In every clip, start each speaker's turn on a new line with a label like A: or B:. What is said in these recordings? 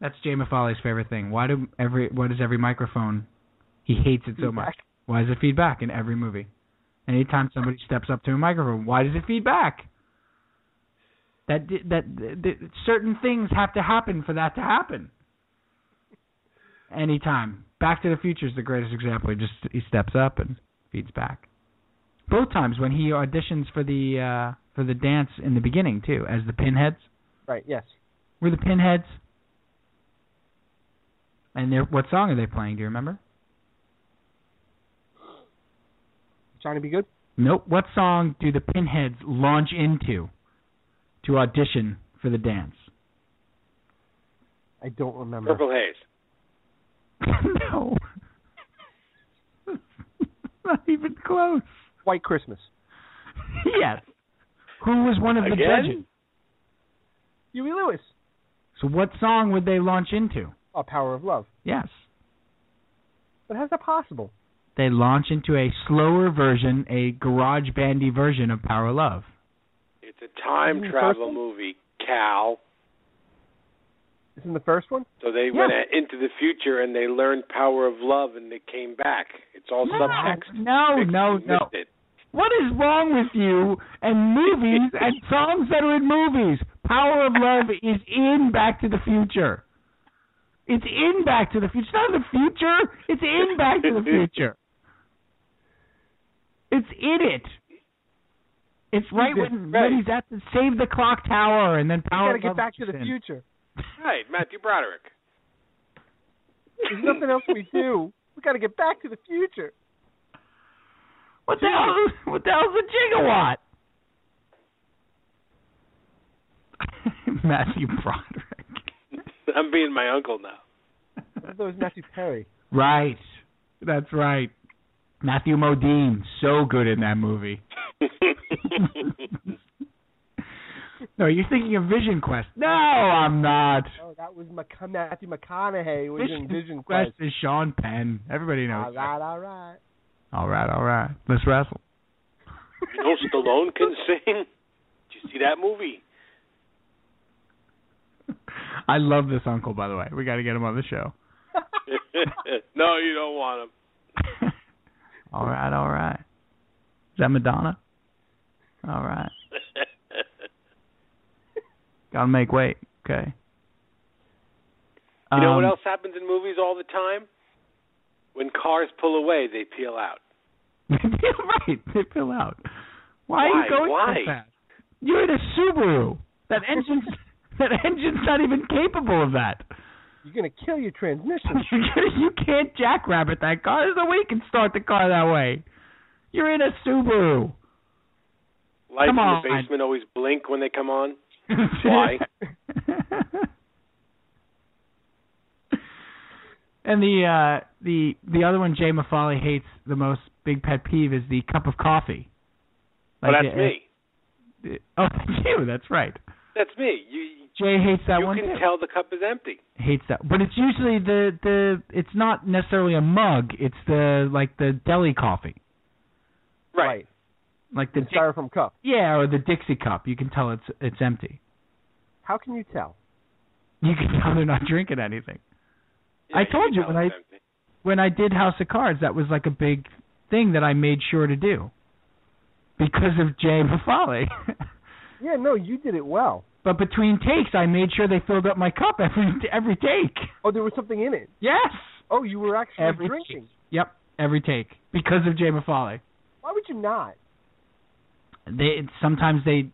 A: That's Jay Mafale's favorite thing. Why do every why does every microphone he hates it so much? Why is it feedback in every movie? Anytime somebody steps up to a microphone, why does it feedback? That di- that, that, that certain things have to happen for that to happen. Anytime. Back to the Future is the greatest example. He just he steps up and feeds back. Both times when he auditions for the uh for the dance in the beginning too, as the pinheads.
B: Right. Yes.
A: Were the Pinheads? And they're, what song are they playing? Do you remember?
B: Johnny Be Good.
A: Nope. What song do the Pinheads launch into to audition for the dance?
B: I don't remember.
C: Purple Haze.
A: no. Not even close.
B: White Christmas.
A: yes. Who was one of the
C: Again?
A: judges?
B: Huey Lewis.
A: So what song would they launch into?
B: A Power of Love.
A: Yes.
B: But how's that possible?
A: They launch into a slower version, a garage bandy version of Power Love.
C: It's a time
B: Mm,
C: travel
B: first one?
C: movie, Cal.
B: Isn't the first one?
C: So they
A: Yeah.
C: went a- into the future and they learned power of love and they came back. It's all subtext.
A: no,
C: Fixed.
A: no, no.
C: You missed it.
A: What is wrong with you and movies and songs that are in movies? Power of Love is in Back to the Future. It's in Back to the Future. It's not in the future. It's in Back to the Future. It's in it. It's right when,
C: Right.
A: when he's at the Save the Clock Tower and then
B: You
A: Power
B: gotta
A: of
B: get
A: Love
B: back to the
A: kicks in.
B: future.
C: Right, Matthew Broderick.
B: There's nothing else we do. We gotta get back to the future.
A: What the hell? What the hell's a gigawatt? Matthew Broderick.
C: I'm being my uncle now.
B: That was Matthew Perry.
A: Right. That's right. Matthew Modine, so good in that movie. no, you're thinking of Vision Quest. No, I'm not.
B: Oh, that was Mc- Matthew McConaughey was in Vision
A: Quest
B: Quest.
A: is Sean Penn. Everybody knows.
B: All right, all right.
A: All right, all right. Let's wrestle.
C: You know Stallone can sing? Did you see that movie?
A: I love this uncle, by the way. We got to get him on the show.
C: no, you don't want him.
A: all right, all right. Is that Madonna? All right. Gotta make weight. Okay.
C: you know
A: Um,
C: what else happens in movies all the time? When cars pull away, they peel out.
A: They peel right. They peel out. Why, are
C: Why?
A: you going
C: Why?
A: so fast? You're in a Subaru. That engine's that engine's not even capable of that.
B: You're gonna kill your transmission.
A: You can't- you can't jackrabbit that car. There's no way you can start the car that way. You're in a Subaru.
C: Lights
A: Come
C: in the
A: on.
C: basement always blink when they come on. Why?
A: and the uh the the other one Jay Mafali hates the most big pet peeve is the cup of coffee.
C: Well,
A: Like,
C: that's
A: uh,
C: me.
A: uh, Oh, that's you. That's right.
C: That's me. You
A: Jay hates that
C: you
A: one.
C: can
A: too.
C: tell the cup is empty.
A: hates that. But it's usually the the it's not necessarily a mug. It's the like the deli coffee,
C: Right.
A: like the
B: The
A: Dic-
B: styrofoam cup.
A: yeah or the Dixie cup. You can tell it's it's empty.
B: How can you tell?
A: You can tell they're not drinking anything. I told you
C: can
A: when
C: tell it's empty.
A: When I did House of Cards, that was like a big thing that I made sure to do because of Jay Mafale.
B: Yeah, no, you did it well.
A: but between takes, I made sure they filled up my cup every every take.
B: Oh, there was something in it.
A: Yes,
B: Oh, you were actually
A: every
B: drinking.
A: Take. Yep, every take because of Jay Mafale.
B: Why would you not?
A: they sometimes they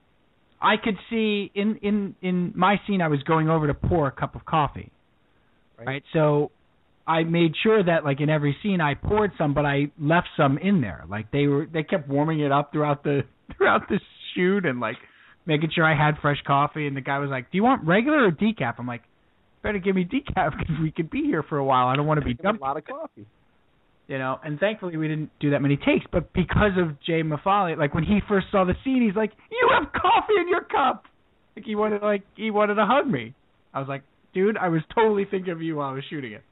A: I could see in in in my scene I was going over to pour a cup of coffee.
B: Right.
A: Right? So I made sure that like in every scene I poured some but I left some in there. Like they were they kept warming it up throughout the throughout the shoot and like making sure I had fresh coffee and the guy was like, "Do you want regular or decaf?" I'm like, "Better give me decaf cuz we could be here for a while. I don't want to be
B: Drinking
A: dumped."
B: a lot of coffee.
A: you know. And thankfully, we didn't do that many takes. But because of Jay Mafali, like when he first saw the scene, he's like, "You have coffee in your cup." Like he wanted, like he wanted to hug me. I was like, "Dude, I was totally thinking of you while I was shooting it.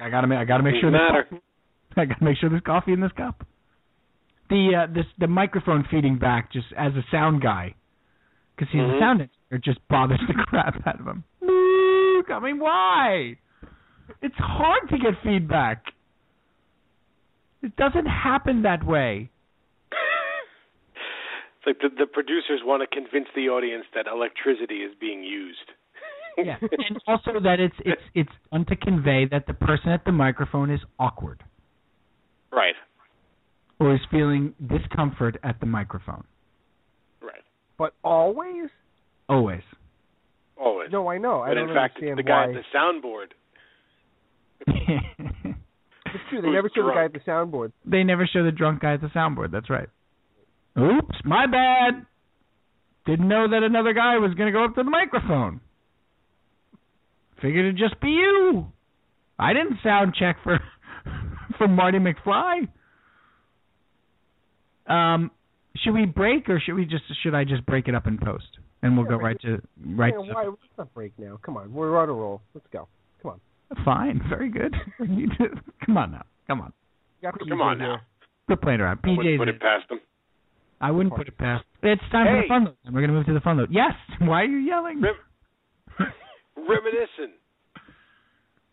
A: I gotta, ma- I gotta make sure
C: Doesn't
A: this
C: matter.
A: coffee- I gotta make sure there's coffee in this cup." The uh, this the microphone feeding back just as a sound guy, because he's
C: Mhm.
A: a sound engineer, just bothers the crap out of him. Beep. Luca. I mean, why? It's hard to get feedback. It doesn't happen that way.
C: It's like the, the producers want to convince the audience that electricity is being used.
A: Yeah, and also that it's it's it's done to convey that the person at the microphone is awkward
C: Right.
A: or is feeling discomfort at the microphone.
C: Right.
B: But always?
A: Always.
C: Always.
B: No, I know. I
C: but
B: don't
C: in fact, it's
B: understand
C: the guy
B: why.
C: at the soundboard.
B: It's true. They
C: who's
B: never show the guy at
C: drunk.
B: the soundboard.
A: they never show the drunk guy at the soundboard. That's right. Oops, my bad. Didn't know that another guy was going to go up to the microphone. Figured it'd just be you. I didn't sound check for for Marty McFly. Um, should we break or should we just should I just break it up in post and we'll go right to right
B: Man,
A: to
B: why? Let's not break now. Come on. We're on a roll. Let's go.
A: fine, very good. You do- Come on now, come on,
B: We got
C: Come
B: PJ
C: on
B: here.
C: now.
A: quit playing around.
C: I wouldn't
A: PJ's
C: put it past them.
A: I wouldn't put it past. It's time for
C: Hey.
A: the fun load. And we're going to move to the fun load. Yes. Why are you yelling?
C: Rip. Reminiscing.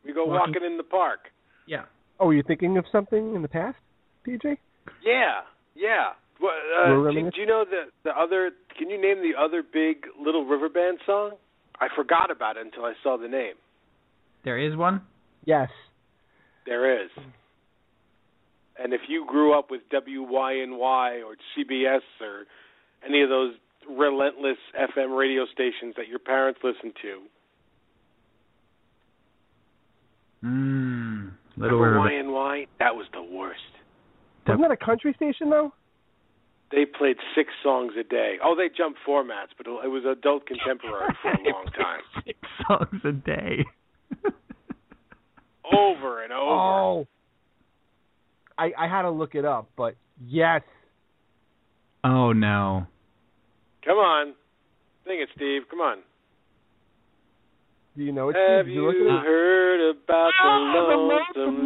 C: We go
A: Walking-
C: walking in the park.
A: Yeah.
B: Oh, were you thinking of something in the past, PJ?
C: Yeah, yeah. Well,
B: We're
C: uh, do,
B: reminiscing?
C: do you know the the other? Can you name the other big Little River Band song? I forgot about it until I saw the name.
A: There is one.
B: Yes.
C: There is. And if you grew up with WYNY or CBS or any of those relentless FM radio stations that your parents listened to,
A: Mm,
C: WYNY, that was the worst.
A: That-
B: Isn't that a country station though?
C: They played six songs a day. Oh, they jumped formats, but it was adult contemporary for a long time,
A: Six songs a day.
C: over and over.
B: Oh. I I had to look it up, but yes.
A: oh no.
C: Come on. Sing it, Steve. Come on.
B: Do you know it?
C: Have
B: Steve? Did
C: you
B: you look it up?
C: heard about
A: Ah,
C: the
A: the lonesome
C: lonesome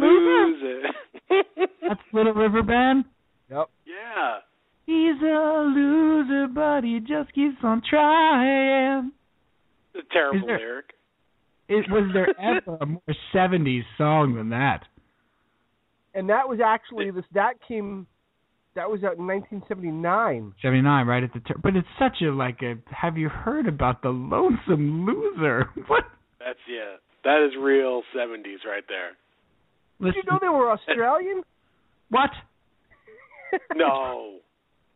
C: loser?
A: That's Little River Band.
B: Yep.
C: yeah.
A: He's a loser, but he just keeps on trying.
C: It's a terrible
A: Is there-
C: lyric.
A: It was there ever a more '70s song than that?
B: And that was actually this. That came. That was out in 1979.
A: '79, right at the turn. But it's such a like a. Have you heard about the lonesome loser? What?
C: That's yeah. That is real seventies right there.
B: Did you know they were Australian?
A: what?
C: No.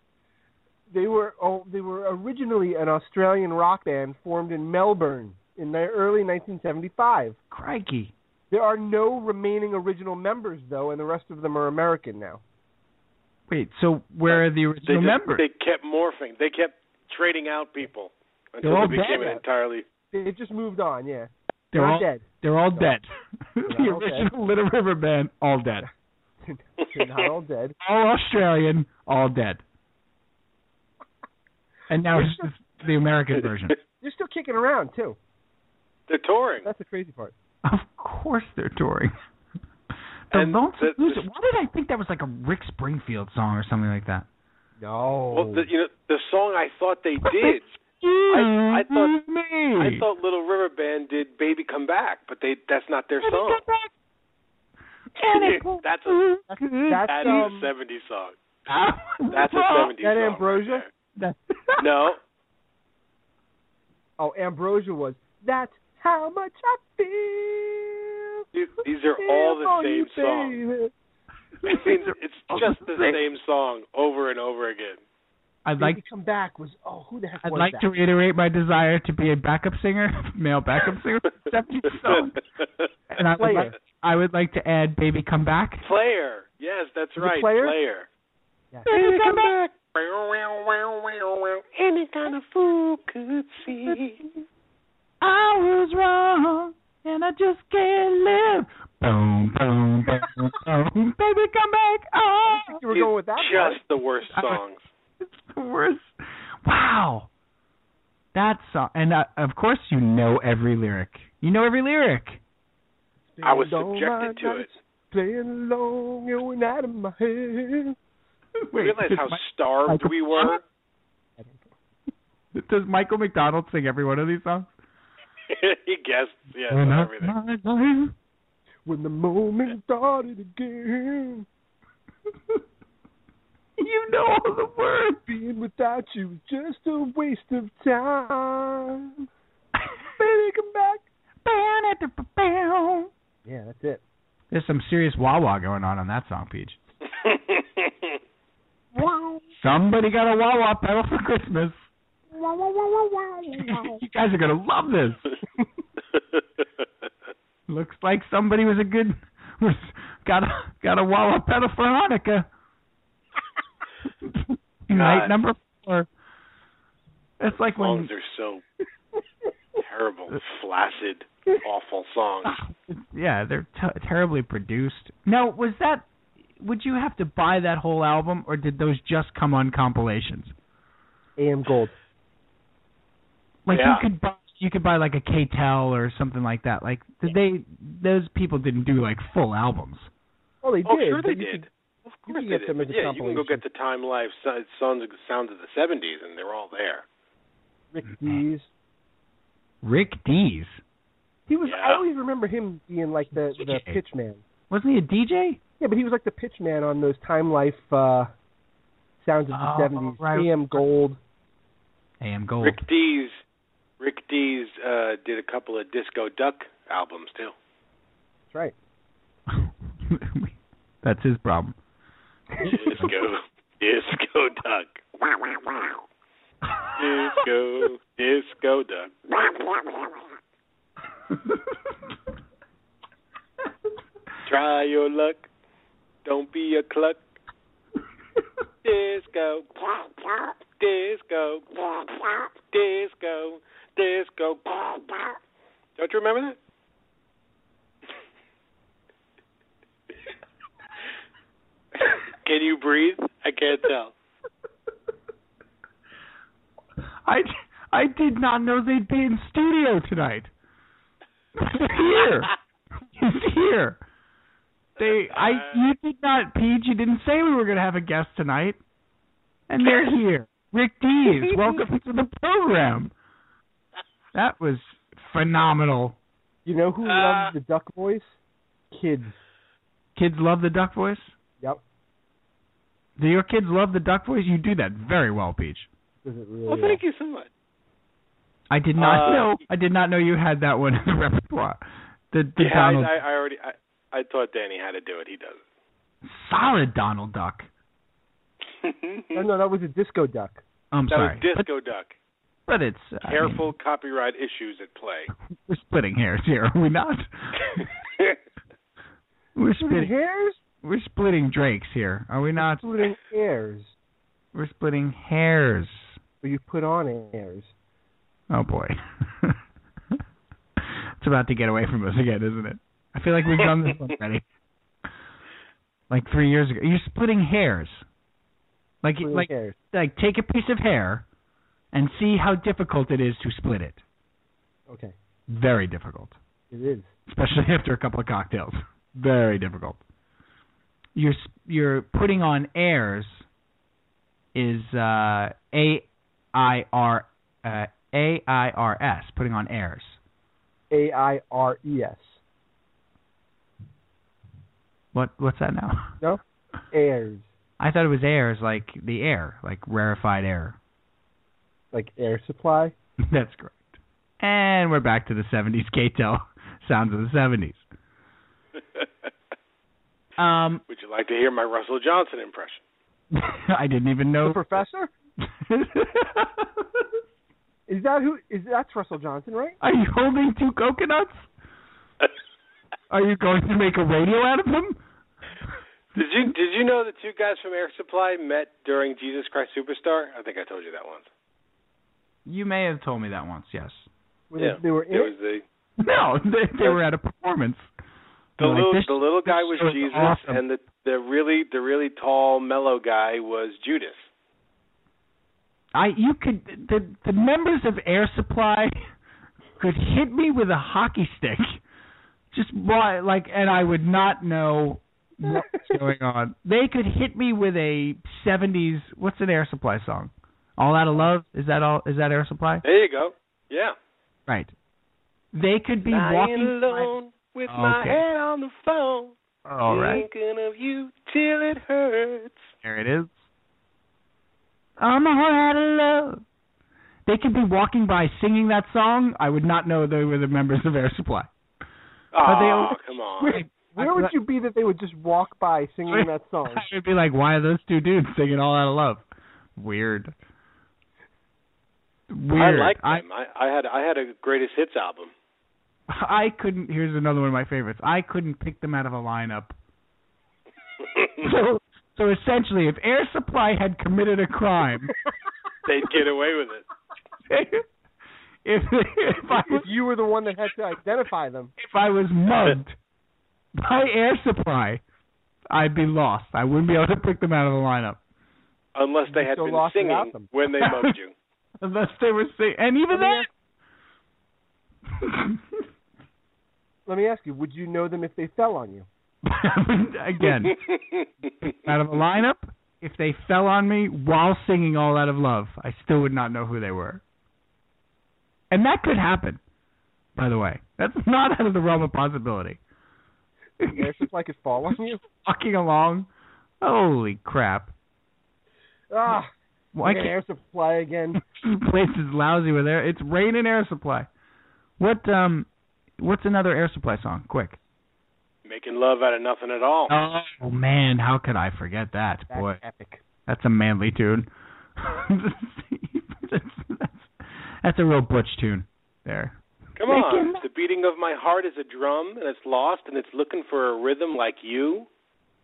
B: they were oh, they were originally an Australian rock band formed in Melbourne in the early 1975.
A: Crikey.
B: There are no remaining original members though, and the rest of them are American now.
A: Wait, so where are the
C: they
A: original
C: just,
A: members?
C: they kept morphing. They kept trading out people until
A: They're all
C: they became
A: dead.
C: an entirely
B: They've just moved on. Yeah,
A: They're
B: not
A: all
B: dead.
A: They're all dead. the
B: They're all dead.
A: original Little River Band, all dead.
B: They're not all dead.
A: All Australian, all dead. And now it's just the American version.
B: They're still kicking around too.
C: They're touring.
B: That's the crazy part.
A: Of course they're touring. The
C: And
A: Lonesome
C: the-
A: Loser.
C: the-
A: Why did I think that was like a Rick Springfield song or something like that?
B: No.
C: Well, the, you know, the song I thought they did, I thought-
A: me.
C: I thought Little River Band did "Baby Come Back," but they—that's not their song. That's a-
B: that's,
C: That is
B: um,
C: a '70s song.
A: that's
C: That's a
B: that
C: '70s song. right
B: Ambrosia?
C: there. No,
B: oh, Ambrosia was. That's how much I feel.
C: These these are all the
B: Oh,
C: same
B: you
C: song.
B: baby.
C: I mean, it's
A: all
C: just
A: the
C: the same song over and over again.
A: I'd like
B: Baby Come Back was. Oh, who the heck
A: I'd
B: was
A: like
B: that?
A: to reiterate my desire to be a backup singer, male backup singer, for 70 songs. and I would,
B: Player.
A: like, I would like to add "Baby Come Back."
C: Player. Yes, that's
B: it
C: right.
B: Player?
A: Baby, come back.
C: Any kind of fool could see.
A: I was wrong, and I just can't live. Boom, boom, boom, boom. Baby, come back. Oh,
B: I think you were going with that
C: It's
B: part.
C: Just the worst songs.
A: it's the worst. Wow, that song, and uh, of course you know every lyric. You know every lyric.
C: I was
B: Spend all
C: subjected
B: my
C: to it.
B: nights Playing along, you went out of my head.
A: Wait,
C: Realize
A: does
C: how
A: Mi-
C: starved
A: Michael-
C: we were.
A: does Michael McDonald sing every one of these songs?
C: he guessed, yeah,
A: When
C: on
A: I-
C: everything.
A: my life-
B: When the moment started again,
A: you know all the words.
B: being without you is just a waste of time. Baby, come back. Yeah, that's it.
A: There's some serious wah wah going on on that song, Peach. Somebody got a wah wah pedal for Christmas. you guys are gonna love this. Looks like somebody was a good was got a got a wah wah pedal for Hanukkah. Night
C: God.
A: number four. It's like when
C: Songs are so terrible, flaccid, awful songs.
A: yeah, they're t- terribly produced. Now, was that? Would you have to buy that whole album, or did those just come on compilations?
B: AM Gold.
A: Like
C: Yeah.
A: you could buy, you could buy like a KTEL or something like that. Like did they? Those people didn't do like full albums.
B: Oh, they
C: Oh,
B: did.
C: sure
B: but
C: they
B: you
C: did.
B: could-
C: Of
B: you
C: course
B: can
C: they
B: get
C: did.
B: them as a
C: yeah, you can go
B: compilation.
C: get the Time Life so- Sons of Sounds of the '70s, and they're all there.
B: Rick Dees.
A: Rick Dees
B: He was. I
C: Yeah.
B: always remember him being like the the
A: DJ.
B: pitch man.
A: wasn't he a DJ?
B: Yeah, but he was like the pitch man on those Time Life uh, sounds of the
A: Oh,
B: seventies.
A: right.
B: AM Gold.
A: AM
B: Oh.
A: Gold.
C: Rick Dees, Rick Dees uh, did a couple of Disco Duck albums too.
B: That's right.
A: That's his problem.
C: Disco, Disco Duck, wow wow wow. Disco, Disco Duck. Try your luck, don't be a cluck. Disco, disco, disco, disco. Don't you remember that? Can you breathe? I can't tell.
A: I I did not know they'd be in studio tonight. They're here. He's here. They I you did not Pete, you didn't say we were gonna have a guest tonight. And they're here. Rick Dees, welcome to the program. That was phenomenal.
B: You know who
C: Ah.
B: loves the duck voice? Kids.
A: Kids love the duck voice?
B: Yep.
A: Do your kids love the duck voice? You do that very well, Peach.
B: Does it really?
C: Well, thank you so much.
A: I did not
C: Uh,
A: know I did not know you had that one in the repertoire. The the
C: yeah,
A: Donald
C: I, I, I already. I, I taught Danny how to do it. He does
A: solid Donald Duck.
C: it.
B: No, no, that was a disco duck.
A: I'm
C: that
A: sorry.
C: was Disco Duck.
A: But, but it's I mean,
C: Careful copyright issues at play.
A: we're splitting hairs here, are we not? We're
B: Splitting
A: splitting
B: hairs?
A: we're splitting Drakes here, are we not?
B: Splitting hairs.
A: We're splitting hairs.
B: But you put on airs.
A: Oh boy. it's about to get away from us again, isn't it? I feel like we've done this already. Like three years ago. You're splitting hairs. Like
B: Splitting
A: like
B: hairs.
A: like take a piece of hair and see how difficult it is to split it.
B: Okay.
A: Very difficult.
B: It is.
A: especially after a couple of cocktails. Very difficult. You're s- you're putting on airs is uh, a i r uh, a i r s putting on airs.
B: A I R E S.
A: What what's that now?
B: No? Airs.
A: I thought it was airs like the air, like rarefied air.
B: Like air supply.
A: That's correct. And we're back to the 70s K-Tel E sounds of the 70s. Um,
C: Would you like to hear my Russell Johnson impression?
A: I didn't even
B: The
A: know.
B: professor? Is that who is that's Russell Johnson, right?
A: Are you holding two coconuts? Are you going to make a radio out of them?
C: Did you did you know the two guys from Air Supply met during Jesus Christ Superstar? I think I told you that once.
A: You may have told me that once, yes.
B: Were
C: yeah,
B: they, they were in
C: it was the
A: No, they, they were at a performance.
C: the
A: Like,
C: little
A: this-
C: the little guy was
A: show is
C: Jesus,
A: awesome.
C: and the the really the really tall mellow guy was Judas.
A: I you could the the members of Air Supply could hit me with a hockey stick, just why like, and I would not know what was going on. They could hit me with a '70s. What's an Air Supply song? All out of love is that all? Is that Air Supply?
C: There you go. Yeah.
A: Right. They could be
C: Lying
A: walking.
C: alone with my
A: Okay.
C: head on the phone,
D: All right.
C: thinking of you till it hurts.
D: Here it is.
A: I'm a whole lot of love. They could be walking by singing that song. I would not know they were the members of Air Supply. they
C: Oh,
A: all-
C: come on.
A: I-
B: Where
A: I-
B: would you be that they would just walk by singing that
C: Oh,
B: song?
A: I would be like, why are those two dudes singing all out of love? Weird. Weird.
C: I like
A: I,
C: them. I, I had I had a greatest hits album.
A: I couldn't. Here's another one of my favorites. I couldn't pick them out of a lineup. So, so essentially, if Air Supply had committed a crime,
C: They'd get away with it.
A: if if I
B: if
A: was,
B: you were the one that had to identify them.
A: if I was mugged by Air Supply, I'd be lost. I wouldn't be able to pick them out of the lineup
C: Unless they
B: You'd
C: had
B: go
C: been
B: lost without
C: singing
B: them.
C: when they mugged you.
A: unless they were sing. And even
B: Let me
A: then,
B: ask- Let me ask you: Would you know them if they fell on you?
A: again, out of a lineup. If they fell on me while singing All Out of Love, I still would not know who they were. And that could happen, by the way. That's not out of the realm of possibility.
B: Air Supply could fall on you.
A: Walking along. Holy crap.
B: Ah,
A: Why
B: man,
A: can't
B: Air Supply again.
A: this place is lousy with air it's rain and air supply. What um what's another air supply song? Quick.
C: Making love out of nothing at all.
A: Oh man, how could I forget that?
B: That's
A: Boy.
B: epic.
A: That's a manly tune. that's, that's, that's a real butch tune there.
C: Come on. The beating of my heart is a drum and it's lost and it's looking for a rhythm like you.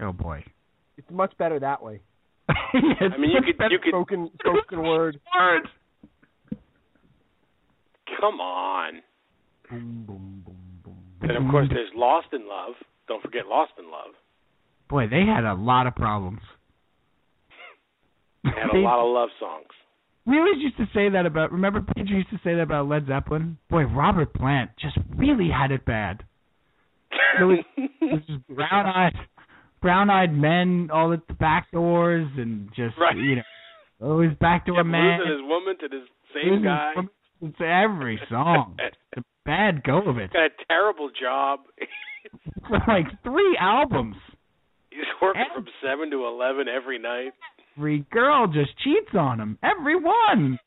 A: Oh boy.
B: It's much better that way.
C: I mean you could you could
B: Spoken spoken word.
A: words.
C: come on. And of course there's Lost in Love. Don't forget Lost in Love.
A: boy, they had a lot of problems.
C: They had a lot of love songs.
A: We always used to say that about. Remember, Pedro used to say that about Led Zeppelin. Boy, Robert Plant just really had it bad. Really? This is brown-eyed, brown-eyed men all at the back doors, and just
C: Right.
A: you know, always backdoor
C: Kept
A: man.
C: losing his woman to this
A: losing
C: same guy.
A: women. It's every song. It's a bad go of it.
C: Got a terrible job.
A: For like three albums,
C: He's working
A: And-
C: from seven to eleven every night.
A: every girl just cheats on him. Every one.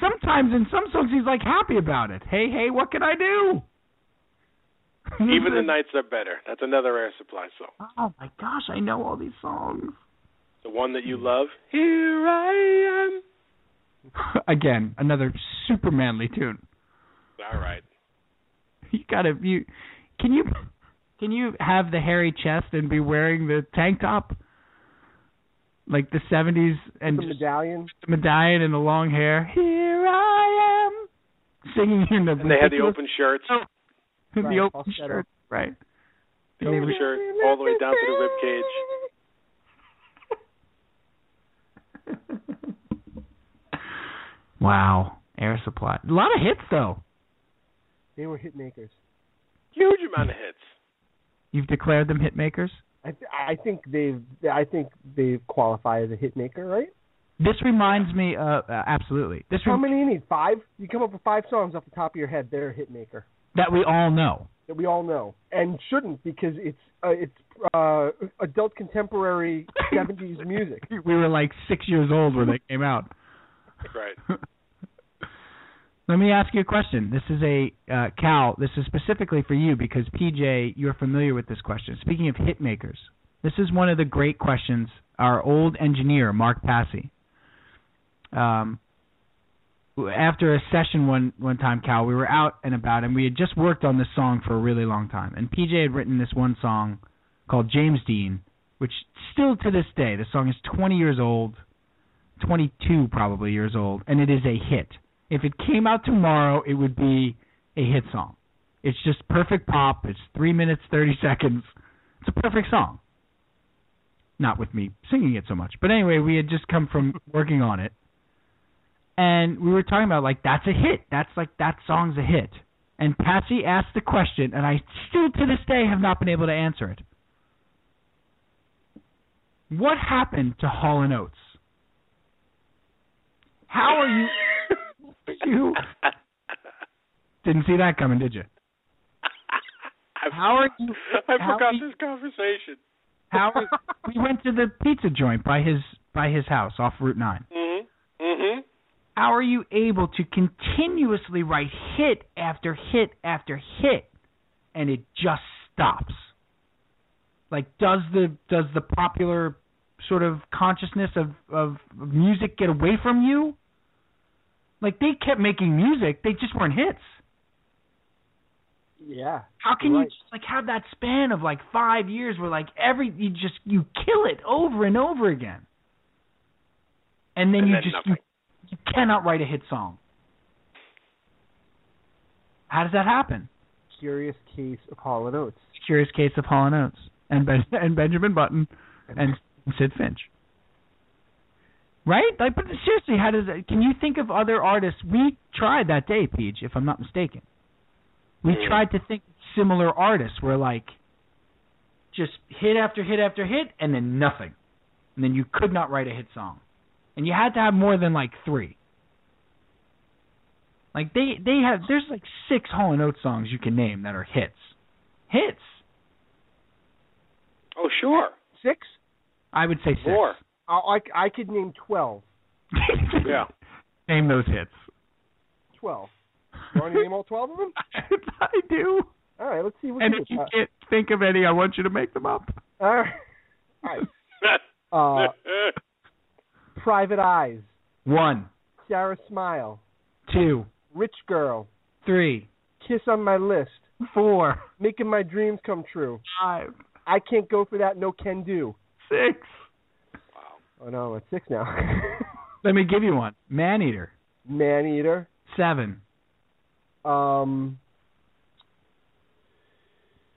A: Sometimes in some songs he's like happy about it. Hey, hey, what can I do? Mm-hmm.
C: Even the nights are better. That's another Air Supply song.
A: Oh my gosh, I know all these songs.
C: The one that
A: Mm-hmm.
C: you love. Here I am.
A: Again, another super manly tune.
C: All right.
A: You gotta you can you can you have the hairy chest and be wearing the tank top? Like the seventies and
B: The
A: just
B: medallion.
A: the medallion and the long hair. Here I am singing in the
C: And they had the
A: ridiculous-
C: open shirts.
A: Oh, in the
B: Right,
A: open
B: falsetto.
A: shirt. Right.
C: The open shirt all the way down to the rib cage.
A: Wow. Air supply. A lot of hits though.
B: They were hit makers.
C: Huge amount of hits.
A: You've declared them hit makers.
B: I th- I think they've I think they qualify as a hit maker, right?
A: This reminds me uh, uh absolutely. This
B: How
A: rem-
B: many you need? Five? You come up with five songs off the top of your head. They're a hit maker
A: that we all know.
B: that we all know and shouldn't because it's uh, it's uh, adult contemporary seventies music.
A: We were like 6 years old when they came out.
C: Right.
A: Let me ask you a question. This is a uh, Cal. This is specifically for you because PJ, you're familiar with this question. Speaking of hit makers, this is one of the great questions. Our old engineer Mark Passy, um, w- after a session one one time, Cal, we were out and about, and we had just worked on this song for a really long time. And PJ had written this one song called James Dean, which still to this day, the song is 20 years old, 22 probably years old, and it is a hit if it came out tomorrow, it would be a hit song. It's just perfect pop. It's three minutes thirty seconds. It's a perfect song. Not with me singing it so much, but anyway, we had just come from working on it, and we were talking about like that's a hit. That's like that song's a hit. And Patsy asked the question, and I still to this day have not been able to answer it. What happened to Hall and Oates? How are you? you didn't see that coming, did you?
C: I,
A: How are you?
C: I
A: how
C: forgot
A: are you-
C: this conversation.
A: How are, we went to the pizza joint by his by his house off Route Nine.
C: Mhm. Mhm.
A: How are you able to continuously write hit after hit after hit, and it just stops? Like, does the does the popular sort of consciousness of of of music get away from you? Like they kept making music, they just weren't hits.
B: Yeah.
A: How can you
B: Right.
A: just like have that span of like five years where like every you just you kill it over and over again, and then
C: And
A: you
C: then
A: just you,
C: nothing.
A: you cannot write a hit song. How does that happen?
B: Curious case of Hall and Oates.
A: Curious case of Hall and Oates and ben, and Benjamin Button and Sid Finch. Right? Like, but seriously, how does that, can you think of other artists? We tried that day, Peach, if I'm not mistaken. We
C: Mhm.
A: tried to think similar artists where like just hit after hit after hit and then nothing. And then you could not write a hit song. And you had to have more than like three. Like they they have there's like six Hall and Oates songs you can name that are hits. Hits.
C: Oh sure.
B: Six?
A: I would say six.
C: More.
B: I, I, I could name 12.
C: Yeah.
A: Name those hits.
B: 12. You want to name all 12 of them?
A: I do.
B: All right, let's see what
A: And
B: you
A: if you
B: do. Uh,
A: can't think of any, I want you to make them up.
B: all right. All right. Uh, Private Eyes,
A: One,
B: Sarah Smile,
A: two,
B: Rich Girl,
A: three,
B: Kiss on My List,
A: four,
B: Making My Dreams Come True.
A: five,
B: I Can't Go For That, No Can Do.
A: six.
C: wow.
B: Oh, no, it's six now.
A: Let me give you one. Man Eater.
B: Man Eater.
A: Seven.
B: Um,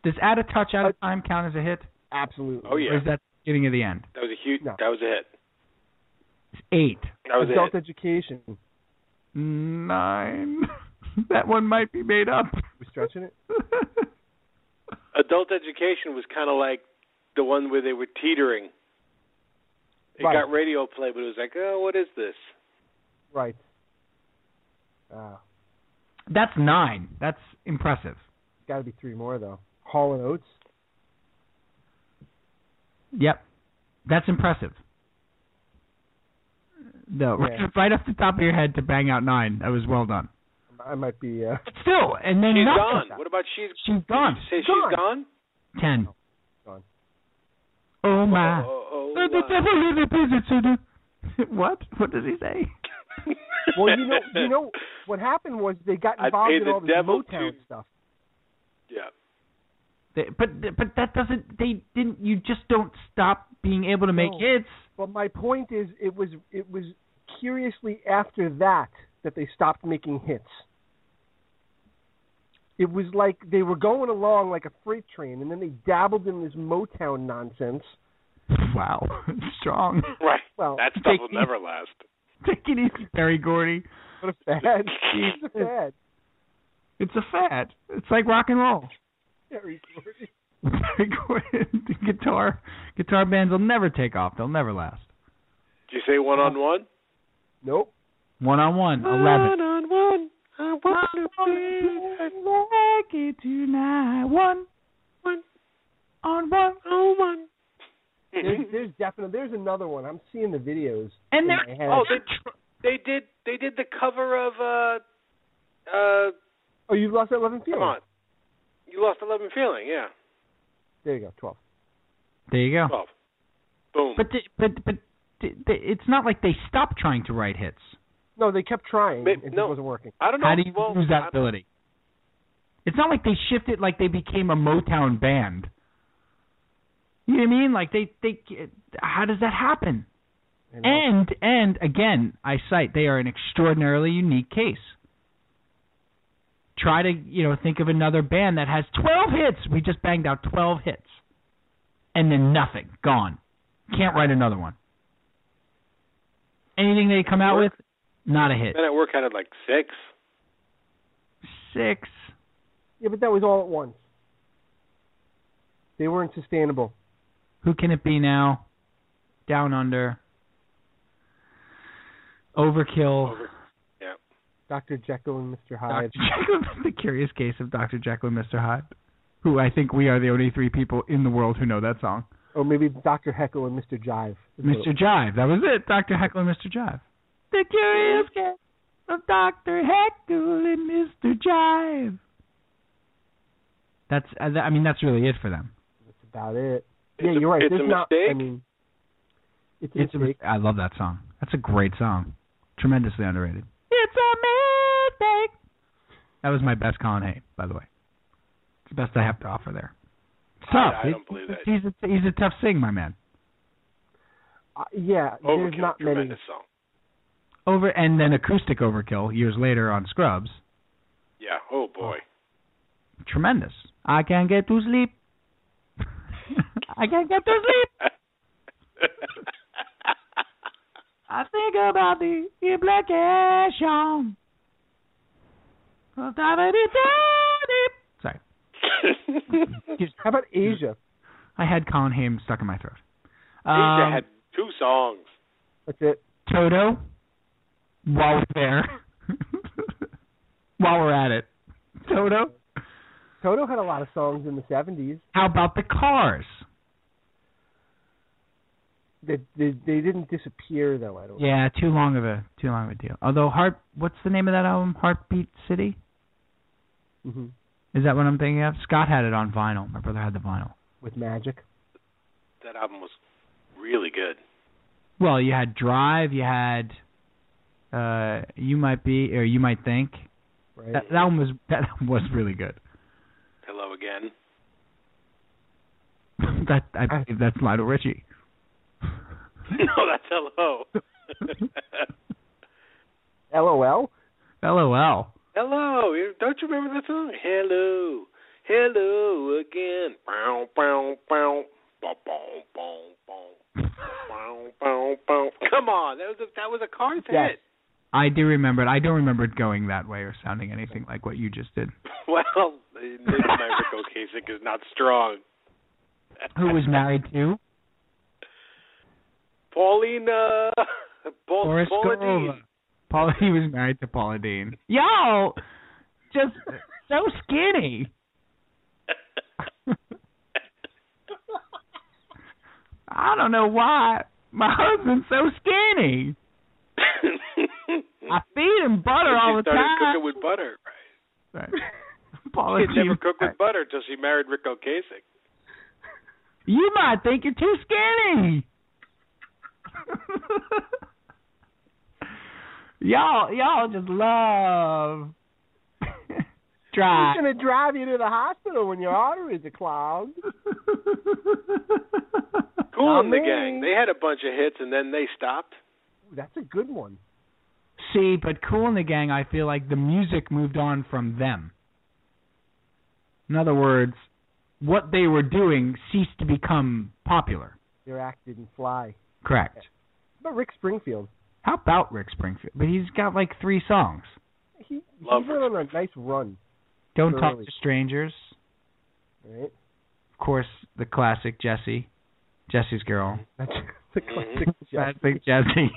A: Does Out of Touch, Out of Time count as a hit?
B: absolutely.
C: Oh
A: Or
C: yeah.
A: is that the beginning of the end?
C: That was a huge.
B: No.
C: That was a hit.
A: Eight.
C: That was
B: Adult
C: a hit.
B: Education.
A: Nine. that one might be made up.
B: We stretching it?
C: Adult education was kind of like the one where they were teetering. It
B: Right.
C: got radio play, but it was like, oh, what is this?
B: Right. Uh,
A: That's nine. That's impressive.
B: got to be three more, though. Hall and Oates.
A: Yep. That's impressive. No,
B: Yeah.
A: right off the top of your head to bang out nine. That was well done.
B: I might be. Uh,
A: But still, and then
C: She's
A: nothing.
C: gone. What about she's?
A: She's gone.
C: Say she's gone.
A: Ten.
B: Gone.
A: Oh my.
C: Oh, oh,
A: The devil is a visitor. What? What does he say?
B: Well, you know- you know- what happened was they got
C: I'd
B: involved
C: pay
B: in
C: the
B: all this
C: devil
B: Motown
C: to-
B: stuff.
C: Yeah.
A: They, but but that doesn't. They didn't. You just don't stop being able to make
B: No.
A: hits.
B: But my point is, it was it was curiously after that that they stopped making hits. It was like they were going along like a freight train, and then they dabbled in this Motown nonsense.
A: Wow, strong.
C: Right.
B: Well,
C: That stuff
A: Take
C: will
A: me.
C: never last.
A: Take it easy, Barry Gordy.
B: what a fad! It's a fad.
A: It's a fad. It's like rock and roll.
B: Very Gordy.
A: Barry Gordy guitar guitar bands will never take off. They'll never last.
C: Did you say one on one?
B: Nope.
A: One on one, eleven.
C: One on one. I wanna be
A: Like it tonight. One
C: one
A: on one.
C: on one.
B: There's, there's definitely there's another one. I'm seeing the videos.
A: And
B: in
A: they're
B: my head.
C: Oh, they they did they did the cover of uh uh
B: Oh, you lost that eleven feeling.
C: come on. You lost eleven feeling, yeah.
B: There you go, twelve.
A: there you go.
C: Twelve. Boom.
A: But the, but but the, the, it's not like they stopped trying to write hits.
B: No, they kept trying.
C: May-
B: it just
C: no.
B: wasn't working.
C: I don't know.
A: How do you
C: well,
A: lose that
C: I-
A: ability? It's not like they shifted like they became a Motown band. You know what I mean? Like they they how does that happen?
B: You
C: Mm.
B: know?
A: And and again, I cite they are an extraordinarily unique case. Try to you know think of another band that has twelve hits. We just banged out twelve hits, and then nothing, gone. Can't write another one. Anything they come out with, not a hit.
C: Men at work had like six.
A: Six.
B: Yeah, but that was all at once. They weren't sustainable.
A: Who can it be now? Down under. Overkill.
C: Over-
B: Dr. Jekyll and Mr.
A: Dr.
B: Hyde.
A: Jekyll, the curious case of Dr. Jekyll and Mr. Hyde. who I think we are the only three people in the world who know that song.
B: Or maybe Dr. Heckle and Mr. Jive.
A: Mr. Jive. That was it. Dr. Heckle and Mr. Jive. The Curious Case of Dr. Heckle and Mr. Jive. That's uh, that- I mean that's really it for them.
B: That's about it.
C: It's
B: yeah,
C: a-
B: you're right.
C: it's a
B: There's not. I
C: mistake.
B: mean, it's a
A: It's
B: mistake.
A: a, I love that song. That's a great song. Tremendously underrated. It's a mistake. That was my best Colin Hay, by the way. It's the best I have to offer there. It's
C: I-
A: tough.
C: I don't believe that.
A: He's a, he's a tough sing, my man.
B: Uh, yeah,
C: Overkill,
B: there's not many.
C: tremendous song.
A: Over and then acoustic overkill years later on Scrubs.
C: Yeah. Oh boy.
A: Tremendous. I can't get to sleep. I can't get to sleep. I think about the implication of diabetes. Sorry,
B: How about Asia?
A: I had Colin Haim stuck in my throat.
C: Asia
A: Um,
C: had two songs.
B: That's it.
A: Toto. While we're there, while we're at it, Toto.
B: Toto had a lot of songs in the 70s.
A: How about the Cars?
B: They they, they didn't disappear though. I don't.
A: Yeah, too long of a too long of a deal. Although Heart, what's the name of that album? Heartbeat City.
B: hmm
A: Is that what I'm thinking of? Scott had it on vinyl. My brother had the vinyl.
B: With magic.
C: That album was really good.
A: Well, you had Drive, you had uh You Might Be or You Might Think.
B: Right.
A: That, that one was that album was really good.
C: Hello again.
A: that I believe that's Lionel Richie.
C: no, that's hello.
B: LOL.
A: LOL.
C: hello. you- Don't you remember that song? Hello. Hello again. Bow, bow, bow. Bow, bow, bow, bow. Bow, bow, bow. Come on, that was a, that was a Cars
B: Yes.
C: hit.
A: I do remember it. I don't remember it going that way or sounding anything like what you just did.
C: Well, maybe my Rick Ocasek is not strong.
A: Who was married to?
C: Paulina. Paul,
A: Boris
C: Paula
A: Karloff.
C: Dean.
A: Paula, he was married to Paula Dean. Yo, just so skinny. I don't know why my husband's so skinny. I feed him butter all the
C: she started
A: time.
C: cooking with butter.
A: Right. Paula
C: She would never
A: Dean-
C: cooked with butter until she married Rick Ocasek.
A: You might think you're too skinny. y'all, y'all just love
B: Who's
A: dry.
B: gonna drive you to the hospital when your arteries are clogged?
C: Cool and the
B: me.
C: Gang. They had a bunch of hits and then they stopped.
B: Ooh, that's a good one.
A: See, but Cool and the Gang, I feel like the music moved on from them. In other words, what they were doing ceased to become popular.
B: Their act didn't fly.
A: Correct.
B: But Rick Springfield,
A: How about Rick Springfield? But he's got like three songs.
B: he he
C: Love
B: went on a nice run,
A: Don't Talk
B: Surely.
A: to Strangers.
B: right?
A: Of course, the classic Jesse. Jesse's Girl.
B: That's the classic.
C: Mm-hmm.
B: Jack-
A: Classic Jesse.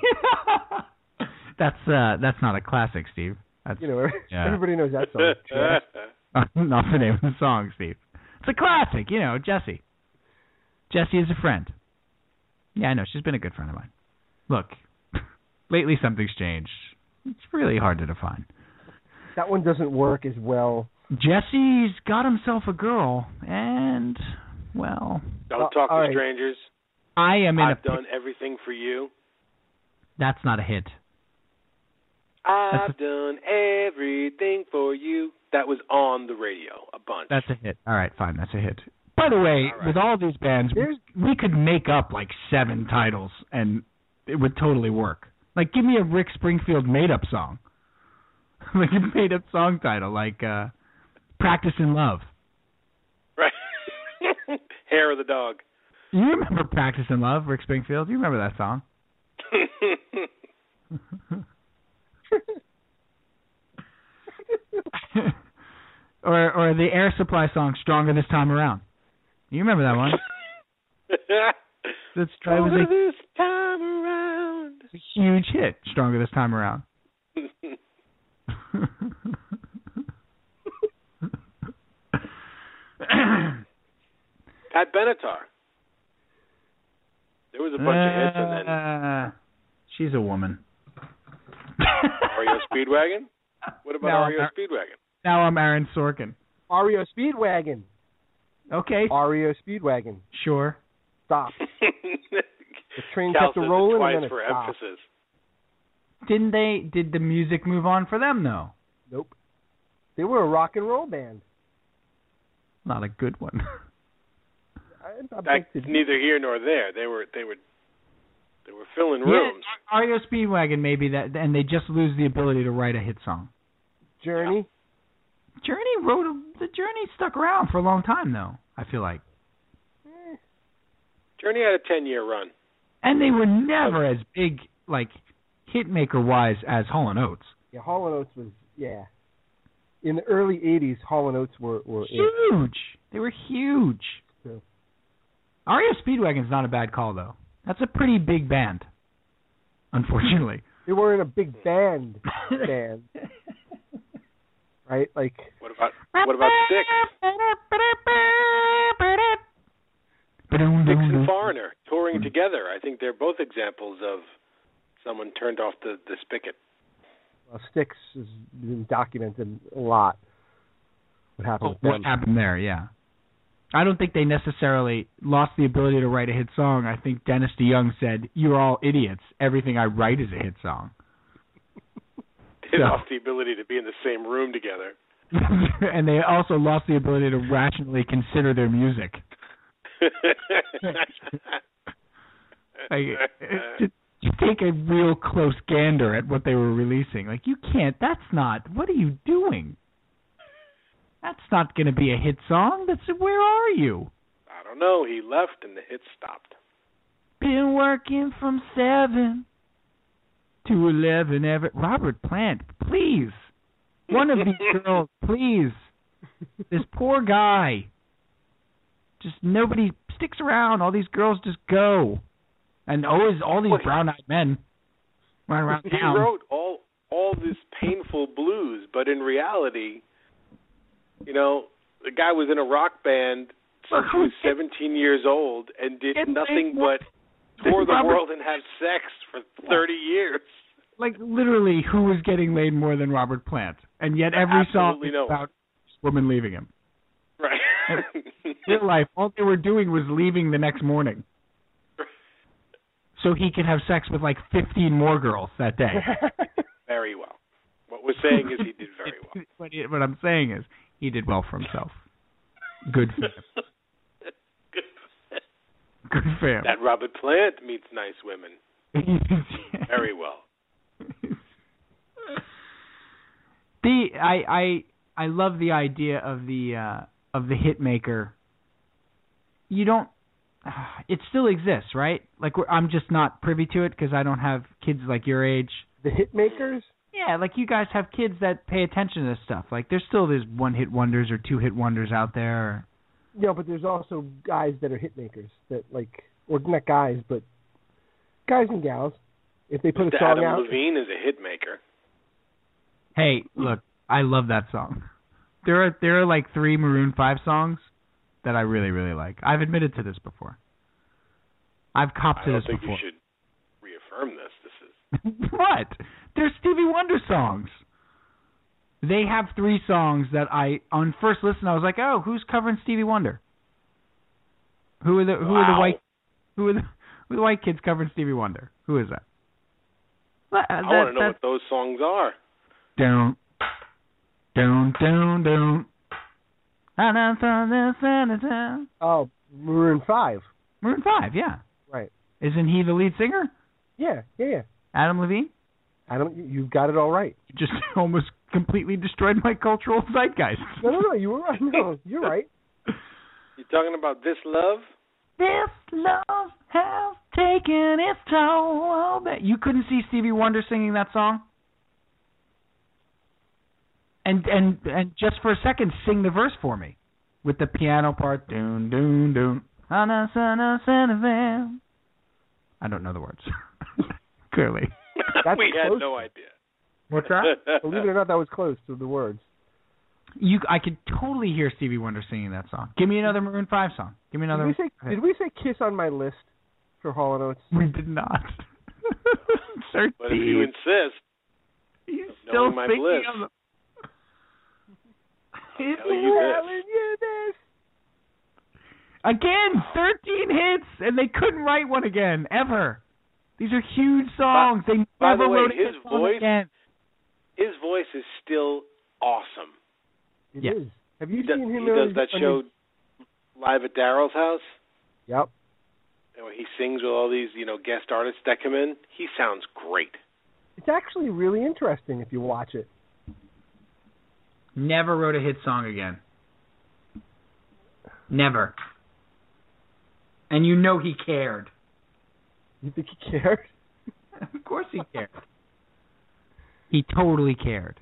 A: that's uh that's not a classic, Steve. That's
B: You know,
A: Yeah.
B: everybody knows that song. Jack-
A: not the name of the song, Steve. It's a classic, you know, Jesse. Jesse is a friend. Yeah, I know. She's been a good friend of mine. Look, lately something's changed. It's really hard to define.
B: That one doesn't work as well.
A: Jesse's got himself a girl, and, well,
B: Uh,
C: Don't talk
B: all
C: to
B: right.
C: strangers.
A: I am in a.
C: I've done everything for you.
A: That's not a hit.
C: I've done everything for you. That was on the radio a bunch.
A: That's a hit. All right, fine. That's a hit. By the way,
C: All right.
A: with all these bands, we-
B: There's-
A: we could make up like seven titles, and it would totally work. Like, give me a Rick Springfield made-up song, like a made-up song title, like uh, "Practice in Love."
C: right. Hair of the dog.
A: You remember "Practice in Love," Rick Springfield? You remember that song? or or the Air Supply song "Stronger This Time Around." You remember that one? That's that was
C: Over
A: a
C: this time around.
A: huge hit. "Stronger This Time Around."
C: Pat Benatar. There was a bunch of hits, and then
A: Uh, she's a woman.
C: Ario E Speedwagon. What about
A: No,
C: Ario
A: Mar-
C: Speedwagon?
A: Now I'm Aaron Sorkin.
B: Ario Speedwagon.
A: Okay,
B: Ario Speedwagon.
A: sure.
B: Stop. The train
C: Cal
B: kept a
C: says it
B: rolling
C: twice
B: and then it
C: for
B: stopped.
C: emphasis.
A: Didn't they? Did the music move on for them though?
B: Nope. They were a rock and roll band.
A: Not a good one.
B: I, I
C: That's
B: beg to-
C: neither here nor there. They were they were they were filling rooms.
A: Yeah, Ario Speedwagon maybe that, and they just lose the ability to write a hit song.
B: Journey.
A: Journey wrote a, the Journey stuck around for a long time though. I feel like,
B: Eh,
C: Journey had a ten year run.
A: and they were never as big like hit maker wise as Hall and Oates.
B: Yeah, Hall and Oates was yeah. In the early '80s, Hall and Oates were were it.
A: Huge. They were huge.
B: Yeah.
A: Ario Speedwagon's not a bad call though. That's a pretty big band. Unfortunately.
B: They weren't a big band, band, right? Like
C: What about what about Six? Six and Foreigner touring
A: Mm.
C: together. I think they're both examples of someone turned off the the spigot.
B: well, Styx has been documented a lot. What happened
A: Oh,
B: with
A: what
B: them?
A: happened there? Yeah, I don't think they necessarily lost the ability to write a hit song. I think Dennis DeYoung said, "You're all idiots. Everything I write is a hit song."
C: They
A: Yeah.
C: lost the ability to be in the same room together.
A: and they also lost the ability to rationally consider their music. Like, to, to take a real close gander at what they were releasing, like you can't. That's not. What are you doing? That's not going to be a hit song. That's where are you?
C: I don't know. He left and the hit stopped.
A: Been working from seven to eleven every Robert Plant, please. One of these girls, please. This poor guy. Just nobody sticks around. All these girls just go. And always all these brown eyed men running around
C: he
A: town.
C: wrote all all this painful blues, but in reality, you know, the guy was in a rock band since he was 17 years old and did
A: Get
C: nothing
A: paid
C: but tour the
A: Robert-
C: world and have sex for 30 years.
A: Like literally who was getting laid more than Robert Plant. And yet every song
C: Absolutely
A: is
C: no.
A: about this woman leaving him.
C: Right.
A: In real life, all they were doing was leaving the next morning. So he could have sex with like 15 more girls that day.
C: very well. What we're saying is he did very well.
A: What, he- what I'm saying is, he did well for himself. Good for him. Good for him.
C: That Robert Plant meets nice women. Very well.
A: the I I I love the idea of the uh of the hit maker. You don't. It still exists, right? Like we're, I'm just not privy to it because I don't have kids like your age.
B: The Hitmakers.
A: Yeah, like you guys have kids that pay attention to this stuff. Like there's still these one hit wonders or two hit wonders out there. Or,
B: Yeah, but there's also guys that are hitmakers that like, or not guys, but guys and gals. If they put a
C: Mr.
B: song
C: Adam
B: out,
C: Levine is a hit maker.
A: Hey, look, I love that song. There are there are like three Maroon Five songs that I really really like. I've admitted to this before. I've copped
C: I
A: to
C: don't
A: this
C: think
A: before.
C: you should reaffirm this. This is
A: what? They're Stevie Wonder songs. They have three songs that I on first listen I was like, oh, who's covering Stevie Wonder? Who are the who are the
C: Wow.
A: white who are the, who are the white kids covering Stevie Wonder? Who is that? That-
C: I
B: Uh,
A: that-
C: want to know
A: that-
C: what those songs are.
A: down, down, down, down. And I'm from the senator.
B: oh, Maroon Five,
A: Maroon Five, yeah.
B: right?
A: Isn't he the lead singer?
B: Yeah, yeah, yeah.
A: Adam Levine?
B: Adam, you- you've got it all right.
A: You just almost completely destroyed my cultural zeitgeist.
B: No, no, no, you were right. No, you're right.
C: You talking about this love?
A: This love has taken its toll. That you couldn't see Stevie Wonder singing that song. And and and just for a second, sing the verse for me, with the piano part. Doon doon doon. Hana, sana, sana, van. I don't know the words. Clearly.
B: That's
C: we had
B: close.
C: no idea.
A: What's
B: Believe it or not, that was close to the words.
A: You, I could totally hear Stevie Wonder singing that song. Give me another Maroon Five song. Give me another.
B: Did we say, did we say Kiss on my list for Hall and Oates?
A: we did not. Thirteen.
C: But if you insist,
A: He's still
C: knowing my
A: thinking
C: bliss.
A: of the- Hit
C: tell
A: me
C: you
A: with-
C: this.
B: you this.
A: Again, 13 hits, and they couldn't write one again, ever. These are huge songs. They
C: by
A: never
C: the way,
A: wrote a
C: his
A: hit song
C: voice-
A: again.
C: his voice is still awesome.
B: It
A: Yeah.
B: is. Have you
C: He does,
B: seen him?
C: he
B: on
C: does
B: his-
C: that
B: on
C: show
B: his-
C: live at Daryl's house,
B: Yep.
C: and where he sings with all these you know guest artists that come in. He sounds great.
B: It's actually really interesting if you watch it.
A: Never wrote a hit song again. Never. And you know he cared.
B: You think he cared?
A: of course he cared. He totally cared.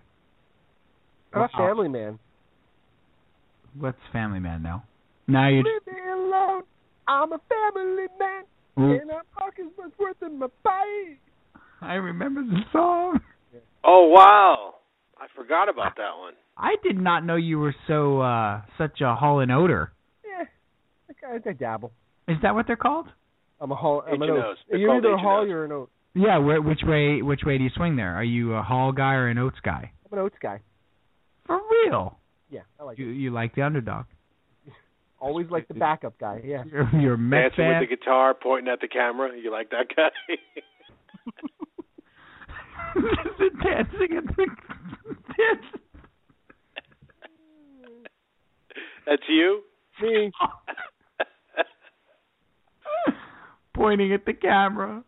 B: I'm a
A: Wow.
B: family man.
A: What's Family Man now? Now you
B: Leave me alone. I'm a family man,
A: just.
B: and I'm pockets much worth in my body.
A: I remember the song.
C: Oh wow, I forgot about that one.
A: I did not know you were so uh such a Hall and Odor.
B: Yeah, I, I, I dabble.
A: Is that what they're called?
B: I'm a hall. I'm an
C: H&Os.
B: oat.
C: They're
B: You're
C: called
B: either a hall
C: H&Os.
B: or an oat.
A: Yeah. Where, which way? Which way do you swing there? Are you a Hall guy or an Oats guy?
B: I'm an oats guy.
A: For real?
B: Yeah, I like
A: You
B: it.
A: you like the underdog?
B: Always like the backup guy. Yeah.
A: You're, you're a Mets
C: Dancing
A: fan.
C: with the guitar, pointing at the camera. You like that guy?
A: dancing at the dance.
C: That's you.
B: Me.
A: Pointing at the camera.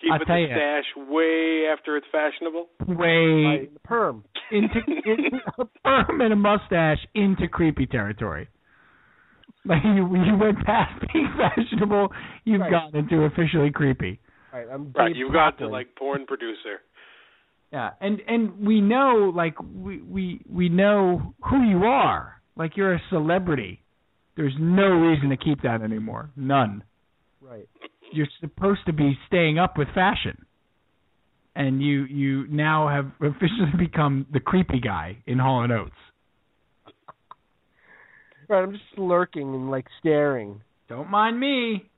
C: Keep
A: I'll
C: it
A: tell
C: the
A: ya.
C: stash way after it's fashionable.
A: Way
B: my- the perm.
A: into in, a perm and a mustache into creepy territory. Like you, you went past being fashionable, you've
B: Right.
A: gotten into officially creepy.
B: All right, I'm
C: Right,
B: Dave
C: you've got to
B: Coughlin.
C: like porn producer.
A: Yeah, and and we know like we we we know who you are. Like you're a celebrity. There's no reason to keep that anymore. None.
B: Right.
A: You're supposed to be staying up with fashion. And you you now have officially become the creepy guy in Hall and Oates.
B: Right, I'm just lurking and like staring.
A: Don't mind me.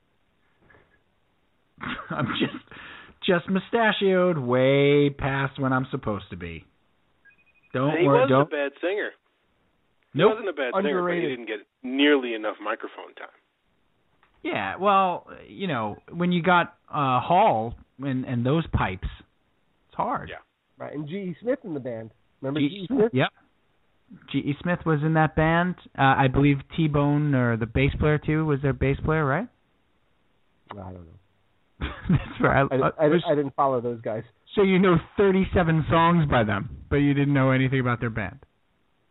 A: I'm just just mustachioed way past when I'm supposed to be. Don't
C: And he
A: worry,
C: was
A: don't.
C: a bad singer. He
A: nope.
C: wasn't a bad
B: Underrated.
C: singer, but he didn't get nearly enough microphone time.
A: Yeah, well, you know, when you got uh Hall and and those pipes, it's hard.
C: Yeah.
B: Right, and G.E. Smith in the band. Remember
A: G.E.
C: E
B: G.E. E Smith?
A: Yep. G.E. Smith was in that band. Uh, I believe T Bone or the bass player too was their bass player, right?
B: I don't know.
A: That's right.
B: I,
C: Uh,
B: I, I didn't follow those guys.
A: so you know 37 songs by them, but you didn't know anything about their band.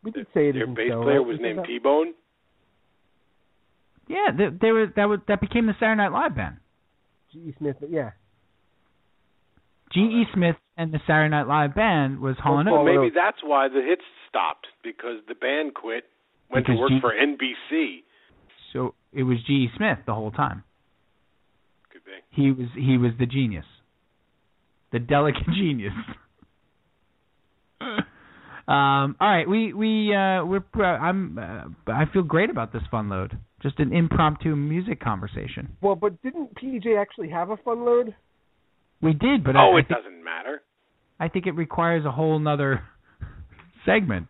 B: We did say it
C: Their
B: isn't
C: bass
B: so,
C: player
B: right?
C: was
B: We
C: named
B: said
C: T Bone.
A: Yeah, they, they were that was that became the Saturday Night Live band.
B: that. G.E. E Smith, but yeah. Oh,
A: G.E. E Smith and the Saturday Night Live band was Hall and
B: Well,
C: Well,
A: Oates.
C: maybe that's why the hits stopped because the band quit, went
A: Because
C: to work
A: G-
C: for NBC.
A: So it was G.E. Smith the whole time.
C: Could be.
A: He was he was the genius, the delicate genius. um, all right, we we uh, we're pr- I'm uh, I feel great about this fun load. Just an impromptu music conversation.
B: Well, but didn't PJ actually have a fun load?
A: We did, but
C: oh,
A: I, I,
C: it
A: think,
C: doesn't matter.
A: I think it requires a whole nother segment.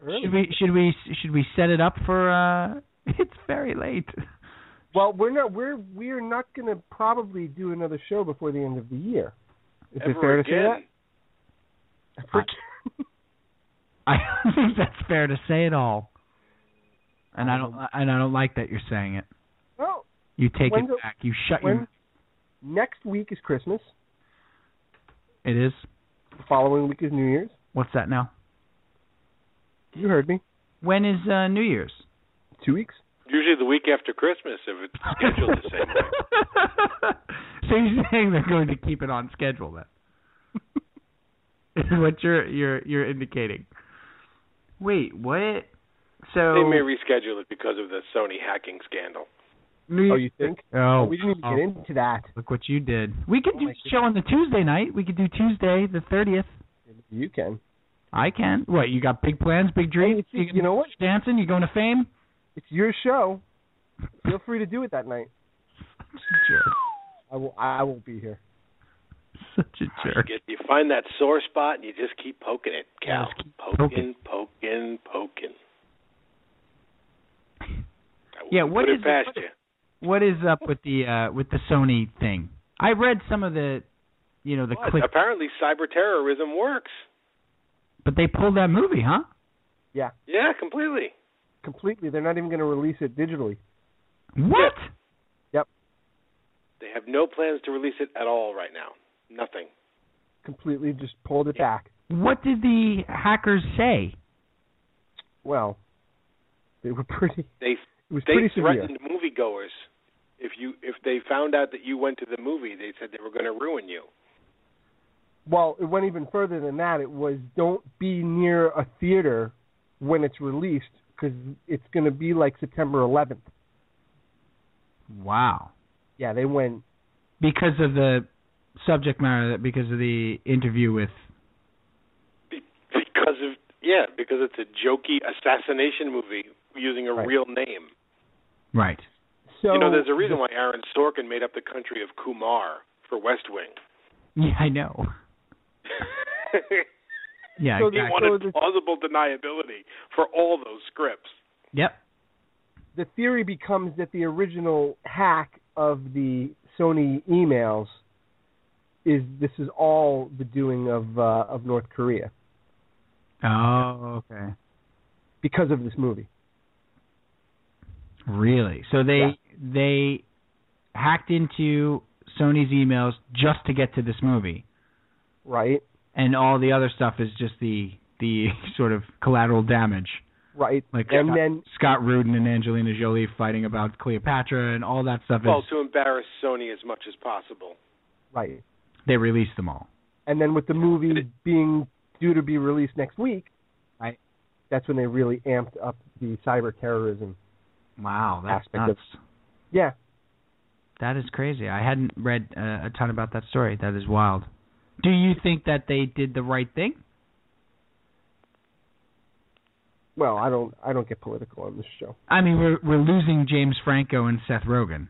A: Should we should we should we set it up for? uh It's very late.
B: Well, we're not. We're we're not going to probably do another show before the end of the year. Is
C: Ever
B: it fair to
C: again.
B: say that?
A: I- I don't think that's fair to say it all. And
B: Um,
A: I don't and I don't like that you're saying it.
B: well,
A: You take
B: When
A: it
B: do-
A: back. You shut
B: when next week is Christmas.
A: your. It is.
B: The following week is New Year's.
A: What's that now?
B: You heard me.
A: When is uh, New Year's?
B: Two weeks.
C: Usually the week after Christmas, if it's scheduled the same way.
A: so you're saying they're going to keep it on schedule then? is what you're you're you're indicating? Wait, what? So
C: They may reschedule it because of the Sony hacking scandal.
A: New Year's.
B: Oh, you think?
A: Oh,
B: we didn't even
A: oh,
B: get into that.
A: Look what you did. We could
B: Oh
A: do
B: my
A: the show on the Tuesday night. We could do Tuesday the thirtieth.
B: You can.
A: I can. What you got? Big plans, big dreams.
B: Hey, you know what?
A: Dancing. You going to fame?
B: It's your show. Feel free to do it that night.
A: Such a jerk.
B: I will. I won't be here.
A: Such a
C: You,
A: jerk.
C: get, you find that sore spot and you just keep poking it, Cal.
A: Just keep
C: Poking, poking, poking. I wouldn't
A: Yeah, what
C: put
A: is
C: it
A: it-
C: past
A: what-
C: you?
A: What is up with the uh with the Sony thing? I read some of the, you know, the
C: But
A: clip,
C: apparently, cyber terrorism works.
A: but they pulled that movie, huh?
C: Yeah, completely.
B: Completely. They're not even going to release it digitally.
A: What?
C: They have no plans to release it at all right now. Nothing.
B: Completely just pulled it back.
A: What did the hackers say?
B: Well, they were pretty.
C: They
B: It was
C: they
B: pretty severe.
C: threatened moviegoers. If you if they found out that you went to the movie, they said they were going to ruin you.
B: Well, it went even further than that. It was don't be near a theater when it's released because it's going to be like September 11th.
A: Wow.
B: Yeah, they went.
A: Because of the subject matter, that because of the interview with.
C: Be- because of yeah, because it's a jokey assassination movie using a
B: Right.
C: real name.
A: Right.
B: So
C: you know, there's a reason why Aaron Sorkin made up the country of Kumar for West Wing.
A: Yeah, I know. Yeah.
B: So
C: he
B: they
A: exactly.
C: wanted
B: So the-
C: plausible deniability for all those scripts.
A: Yep.
B: the theory becomes that the original hack of the Sony emails is this is all the doing of uh, of North Korea
A: Oh, okay.
B: because of this movie.
A: Really? So they
B: Yeah.
A: they hacked into Sony's emails just to get to this movie,
B: Right,
A: and all the other stuff is just the the sort of collateral damage,
B: right.
A: like
B: And
A: Scott,
B: then
A: Scott Rudin and Angelina Jolie fighting about Cleopatra and all that stuff.
C: Well,
A: is
C: to embarrass Sony as much as possible.
B: right,
A: they released them all.
B: and then with the movie
C: it-
B: being due to be released next week,
A: Right.
B: That's when they really amped up the cyber terrorism.
A: Wow, that's
B: Aspect of-
A: nuts.
B: Yeah,
A: That is crazy. I hadn't read uh, a ton about that story. That is wild. Do you think that they did the right thing?
B: well, I don't I don't get political on this show.
A: I mean, we're we're losing James Franco and Seth Rogen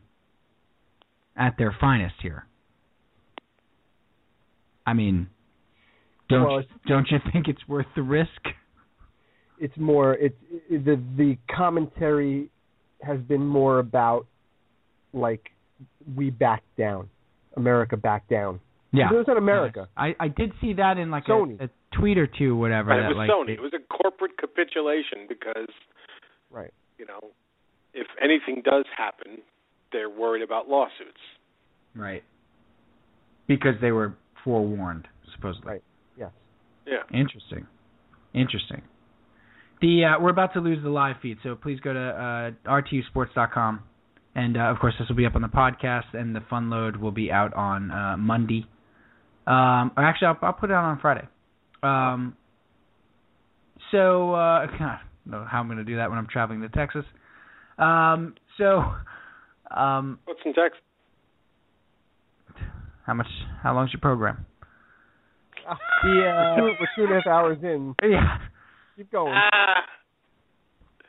A: at their finest here. I mean, don't
B: Well,
A: you, don't you think it's worth the risk?
B: it's more it's it, the the commentary has been more about like we back down, America back down.
A: Yeah,
B: Because it's not America.
A: I I did see that in like a-
B: Sony.
A: A, tweet or two, whatever.
C: But
A: that,
C: it was
A: like,
C: Sony. It was a corporate capitulation because
B: Right.
C: you know, if anything does happen, they're worried about lawsuits.
A: right because they were forewarned, supposedly.
B: Right. Yes.
C: Yeah.
A: Interesting. Interesting. The uh, we're about to lose the live feed, so please go to uh, rtusports.com, and uh, of course this will be up on the podcast, and the fun load will be out on uh, Monday. Um, or actually, I'll, I'll put it out on Friday. Um, so uh, I don't know how I'm going to do that when I'm traveling to Texas. Um, so um,
C: What's in Texas?
A: how much? How long's your program?
B: We're two- we're two and a half hours in.
A: Yeah.
B: Keep going.
C: Ah,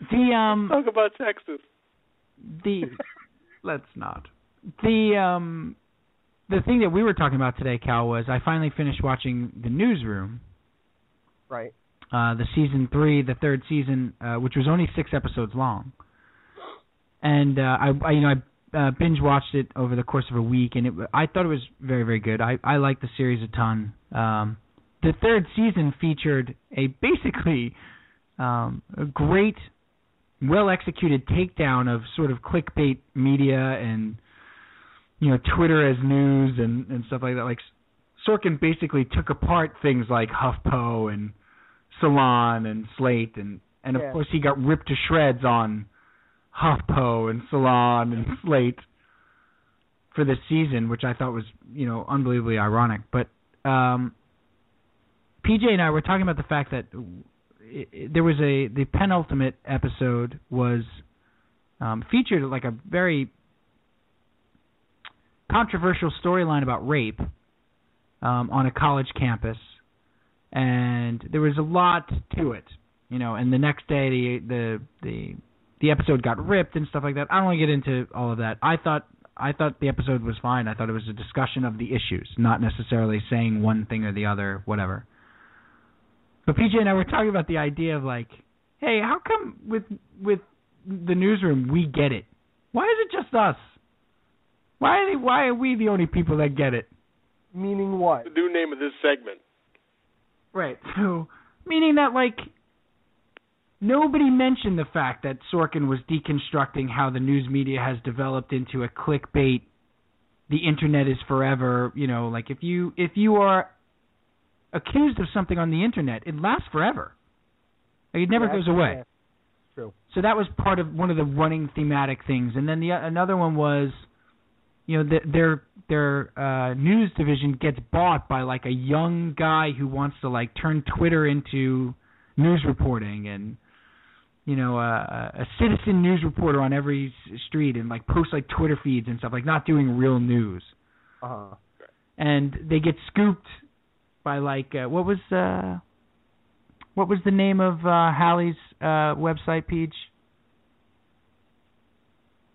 A: The um.
C: talk about Texas.
A: the let's not the um the thing that we were talking about today cal was i finally finished watching the newsroom
B: Right.
A: uh the season three the third season uh which was only six episodes long and uh i, I you know i uh, binge watched it over the course of a week and it wa- i thought it was very very good i i liked the series a ton um the third season featured a basically um a great well executed takedown of sort of clickbait media and you know Twitter as news and and stuff like that. Like Sorkin basically took apart things like HuffPo and Salon and Slate and and of
B: Yeah.
A: course he got ripped to shreds on HuffPo and Salon and Slate for this season, which I thought was you know unbelievably ironic. But um, PJ and I were talking about the fact that it, it, there was a the penultimate episode was um, featured like a very controversial storyline about rape um, on a college campus, and there was a lot to it, you know. And the next day, the the the the episode got ripped and stuff like that. I don't want to get into all of that. I thought I thought the episode was fine. I thought it was a discussion of the issues, not necessarily saying one thing or the other, whatever. But PJ and I were talking about the idea of like, hey, how come with with the newsroom we get it? Why is it just us? Why are they, why are we the only people that get it?
B: Meaning what?
C: The new name of this segment.
A: Right. So meaning that like nobody mentioned the fact that Sorkin was deconstructing how the news media has developed into a clickbait. The internet is forever. You know, like if you if you are accused of something on the internet, it lasts forever. Like it never
B: Yeah,
A: goes away.
B: yeah. True.
A: So that was part of one of the running thematic things, and then the another one was, you know, the, their their uh, news division gets bought by like a young guy who wants to like turn Twitter into news reporting and you know uh, a, a citizen news reporter on every s- street and like post like Twitter feeds and stuff like not doing real news
B: Uh-huh.
A: and they get scooped by like uh, what was uh what was the name of uh Hallie's uh website page?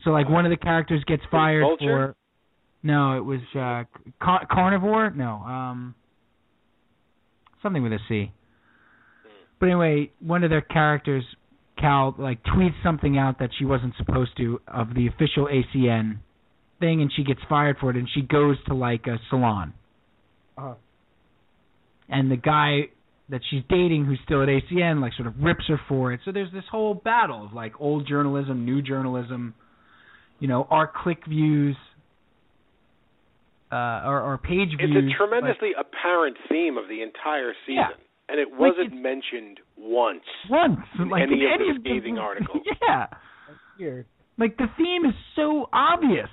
A: So like one of the characters gets fired for
C: Vulture?
A: No, it was uh car- carnivore? No, um something with a C. But anyway, one of their characters Cal like tweets something out that she wasn't supposed to of the official ACN thing and she gets fired for it and she goes to like a salon
B: Uh-huh.
A: and the guy that she's dating who's still at ACN like sort of rips her for it. So there's this whole battle of like old journalism, new journalism, you know, our click views uh or our page
C: It's
A: views.
C: a
A: like-
C: tremendously apparent theme of the entire season,
A: Mm-hmm. Yeah.
C: and it
A: Like,
C: wasn't mentioned once.
A: once
C: in
A: like
C: any
A: in
C: of the
A: any
C: scathing articles.
A: Yeah.
B: That's weird.
A: like the theme is so obvious.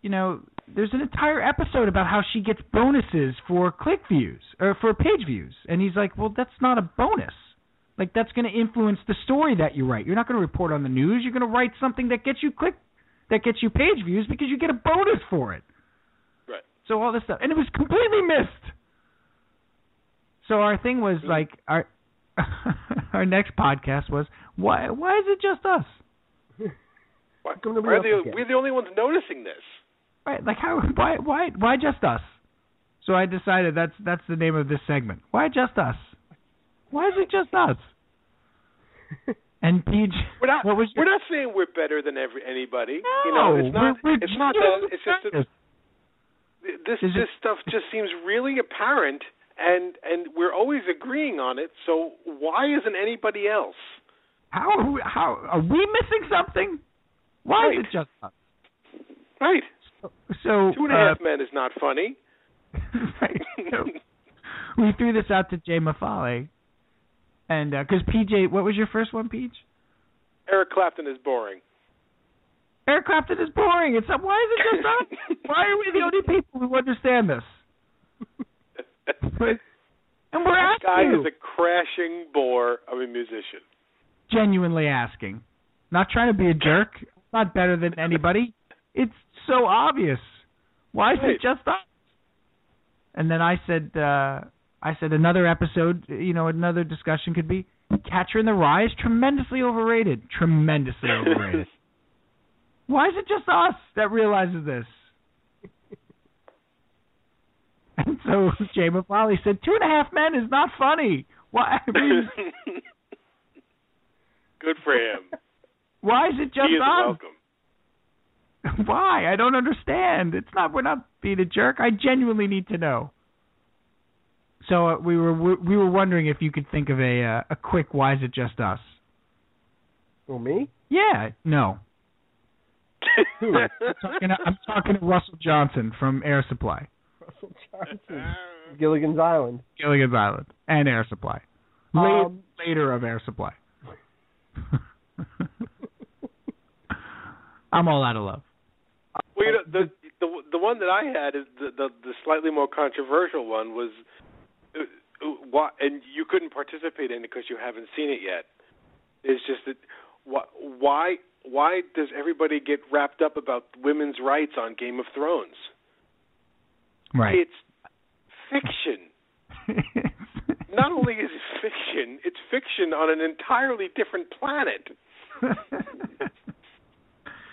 A: You know, there's an entire episode about how she gets bonuses for click views or for page views, and he's like, "Well, that's not a bonus. Like that's going to influence the story that you write. You're not going to report on the news. You're going to write something that gets you click, that gets you page views because you get a bonus for it."
C: Right.
A: So all this stuff, and it was completely missed. So our thing was like our our next podcast was why why is it just us?
C: Why,
B: come nobody
C: why are
B: else
C: they-
B: is getting
C: we're the only ones noticing this.
A: Right, like how why why why just us? So I decided that's that's the name of this segment. Why just us? Why is it just us? And Peach,
C: We're not.
A: what was
C: we're
A: your,
C: not saying we're better than every, anybody.
A: no,
C: you know, it's not.
A: we're, we're
C: it's not
A: just
C: that. It's just that
A: us.
C: this
A: Is it-
C: this stuff just seems really apparent, and and we're always agreeing on it. So why isn't anybody else?
A: how are we, how are we missing something? Why is it just us?
C: Right.
A: So
C: Two and a
A: uh,
C: half men is not funny.
A: right, so we threw this out to Jay Mafale, and uh, because PJ, what was your first one, Peach?
C: Eric Clapton is boring.
A: Eric Clapton is boring. It's not, why is it just us? Why are we the only people who understand this? But- and we're
C: This guy
A: asking,
C: is a crashing bore of a musician.
A: genuinely asking, not trying to be a jerk, not better than anybody. It's so obvious. Why is
C: Right.
A: it just us? And then I said, uh, I said another episode. You know, another discussion could be Catcher in the Rye is tremendously overrated. Tremendously overrated. Why is it just us that realizes this? And so Jay Mafali said, Two and a half men is not funny. Why I mean,
C: Good for him.
A: why is it just
C: he is
A: us?
C: welcome.
A: Why? I don't understand. It's not we're not being a jerk. I genuinely need to know. So uh, we were we were wondering if you could think of a uh, a quick why is it just us?
B: Well, me?
A: Yeah, no. I'm talking to, I'm talking to Russell Johnson from Air Supply,
B: Russell Johnson. Gilligan's Island.
A: Gilligan's Island, and Air Supply. Later,
B: Um,
A: later of Air Supply. I'm all out of love.
C: Well, you know, the the the one that I had is the the, the slightly more controversial one was uh, uh, why, and you couldn't participate in it because you haven't seen it yet. It's just that why why why does everybody get wrapped up about women's rights on Game of Thrones?
A: Right.
C: It's fiction. not only is it fiction, it's fiction on an entirely different planet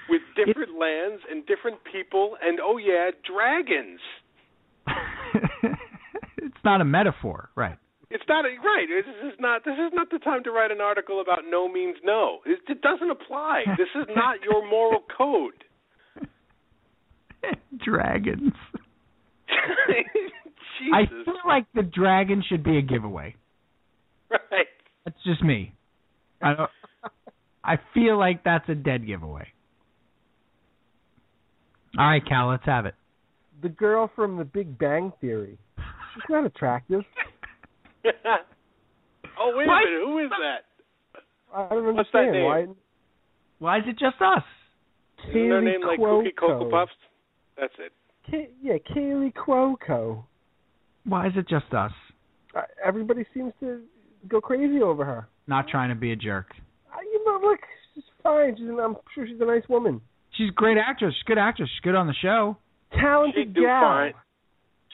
C: with different lands and different people and oh yeah, dragons.
A: it's not a metaphor, right?
C: It's not a, right. This is not this is not the time to write an article about no means no. It, it doesn't apply. This is not your moral code.
A: Dragons.
C: Jesus.
A: I feel like the dragon should be a giveaway.
C: right.
A: That's just me. I don't, I feel like that's a dead giveaway. All right, Cal, let's have it.
B: The girl from The Big Bang Theory. She's not attractive.
C: oh wait
A: Why-
C: a minute, who is that?
B: I don't
C: What's that
B: understand
C: name?
B: why.
A: Why is it just us?
C: Isn't their
B: Kaylee
C: name like
B: Cuoco.
C: Cookie Cocoa Puffs? That's it.
B: Ka- yeah, Kaylee Cuoco.
A: Why is it just us?
B: Uh, everybody seems to go crazy over her.
A: Not trying to be a jerk.
B: Uh, you know, look, she's fine. She's an, I'm sure she's a nice woman.
A: She's a great actress. She's a good actress. She's good on the show.
B: Talented
C: She'd do
B: gal.
C: fine.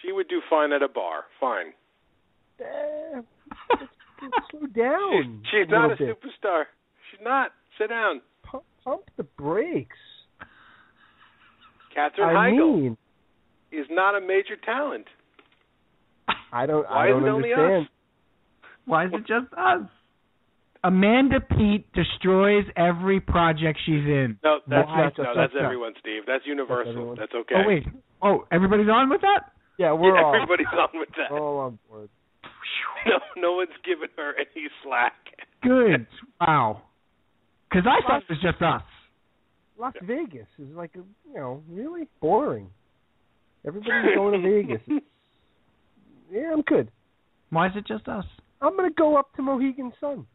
C: She would do fine at a bar. Fine.
B: Uh, slow down.
C: She's, she's
B: a little
C: not a
B: bit.
C: superstar. She's not. Sit down.
B: Pump, pump the brakes.
C: Katherine
B: I
C: Heigl
B: mean,
C: is not a major talent.
B: I don't.
C: Why
B: I don't
C: is it only
B: understand.
C: us?
A: Why is it just us? Amanda Pete destroys every project she's in.
C: No, that's
A: Why
C: not,
A: just
C: no,
A: us?
C: that's everyone, Steve. That's universal.
B: everyone.
C: That's, okay.
A: Oh wait. Oh, everybody's on with that?
B: Yeah, we're
C: Yeah,
B: all
C: everybody's on with that.
B: we're all on board.
C: No, no one's giving her any slack.
A: Good. Wow. Cuz I thought it was just us.
B: Las Vegas is like, a, you know, really boring. Everybody's going to Vegas. It's- yeah, I'm good.
A: Why is it just us?
B: I'm gonna go up to Mohegan Sun.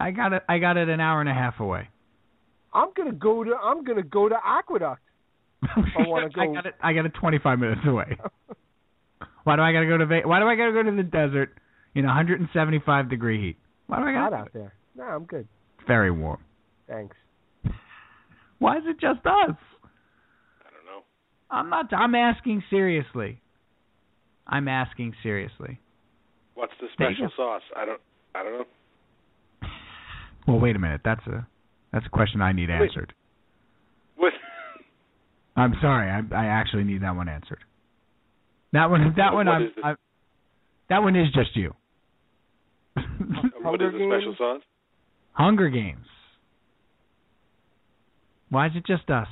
A: I got it I got it an hour and a half away.
B: I'm gonna go to. I'm gonna go to Aqueduct.
A: I
B: wanna go-
A: got it I got it 25 minutes away. Why do I got to go to Ve- Why do I got to go to the desert in 175 degree heat? Why do I got
B: Hot
A: to
B: out there. No, I'm good.
A: very warm?
B: Thanks.
A: Why is it just us?
C: I don't know.
A: I'm not I'm asking seriously. I'm asking seriously.
C: What's the
A: There you
C: special
A: go.
C: sauce? I don't. I don't know.
A: Well, wait a minute. That's a that's a question I need
C: Wait.
A: answered.
C: What?
A: I'm sorry. I I actually need that one answered. That one that
C: What
A: one I'm,
C: is it?
A: I'm that one is just you.
C: What is
B: Hunger
C: the special
B: Games?
C: sauce?
A: Hunger Games. Why is it just us?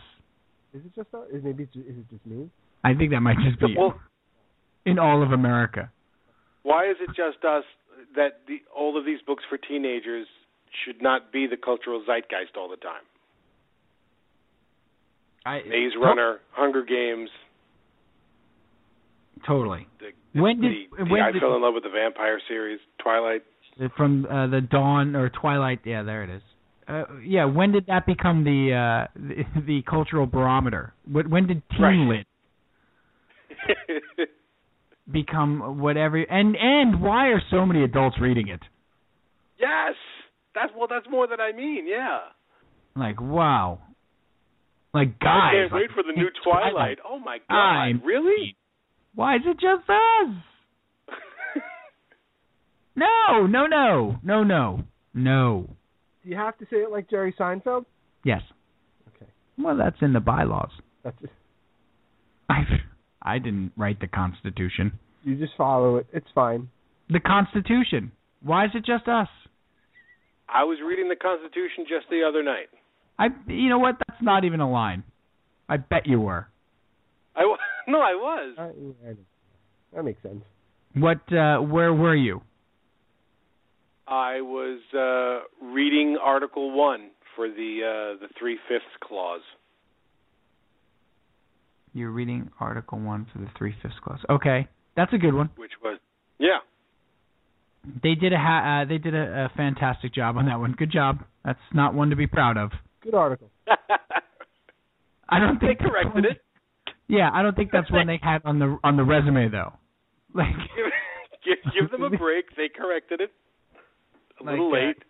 B: Is it just? Is maybe? It's, is it just me?
A: I think that might just be
C: Well,
A: in all of America.
C: why is it just us that the, all of these books for teenagers should not be the cultural zeitgeist all the time?
A: I,
C: Maze Runner, Hunger Games.
A: Totally.
C: The,
A: When did-
C: the, the
A: when
C: I
A: did-
C: fell in love with the vampire series, Twilight?
A: From uh, the dawn or twilight. Yeah, there it is. Uh, yeah, when did that become the uh, the, the cultural barometer? When, when did teen
C: Right.
A: lit become whatever? And and why are so many adults reading it?
C: yes, that's well, that's more than I mean. Yeah,
A: Like wow, like
C: I
A: guys.
C: can't
A: like,
C: wait for the new
A: it's
C: Twilight. Oh my god,
A: I
C: really?
A: Why is it just us? No, no, no, no, no, no.
B: Do you have to say it like Jerry Seinfeld?
A: Yes.
B: Okay.
A: Well, that's in the bylaws.
B: That's it.
A: I I didn't write the Constitution.
B: You just follow it. It's fine.
A: The Constitution. Why is it just us?
C: I was reading the Constitution just the other night.
A: I you know what? That's not even a line. I bet you were.
C: I wa- no, I was.
B: I, I know. that makes sense.
A: What uh where were you?
C: I was uh, reading Article One for the uh, the Three Fifths Clause.
A: You're reading Article 1 for the 3/5 clause. Okay. That's a good one.
C: which was yeah
A: They did a ha- uh, they did a, a fantastic job on that one. Good job. That's not one to be proud of.
B: Good article.
A: I don't
C: they
A: think that's
C: corrected
A: one-
C: it
A: Yeah, I don't think that's one they had on the on the resume though. Like
C: give, give them a break they corrected it a
A: Like,
C: little
A: uh,
C: late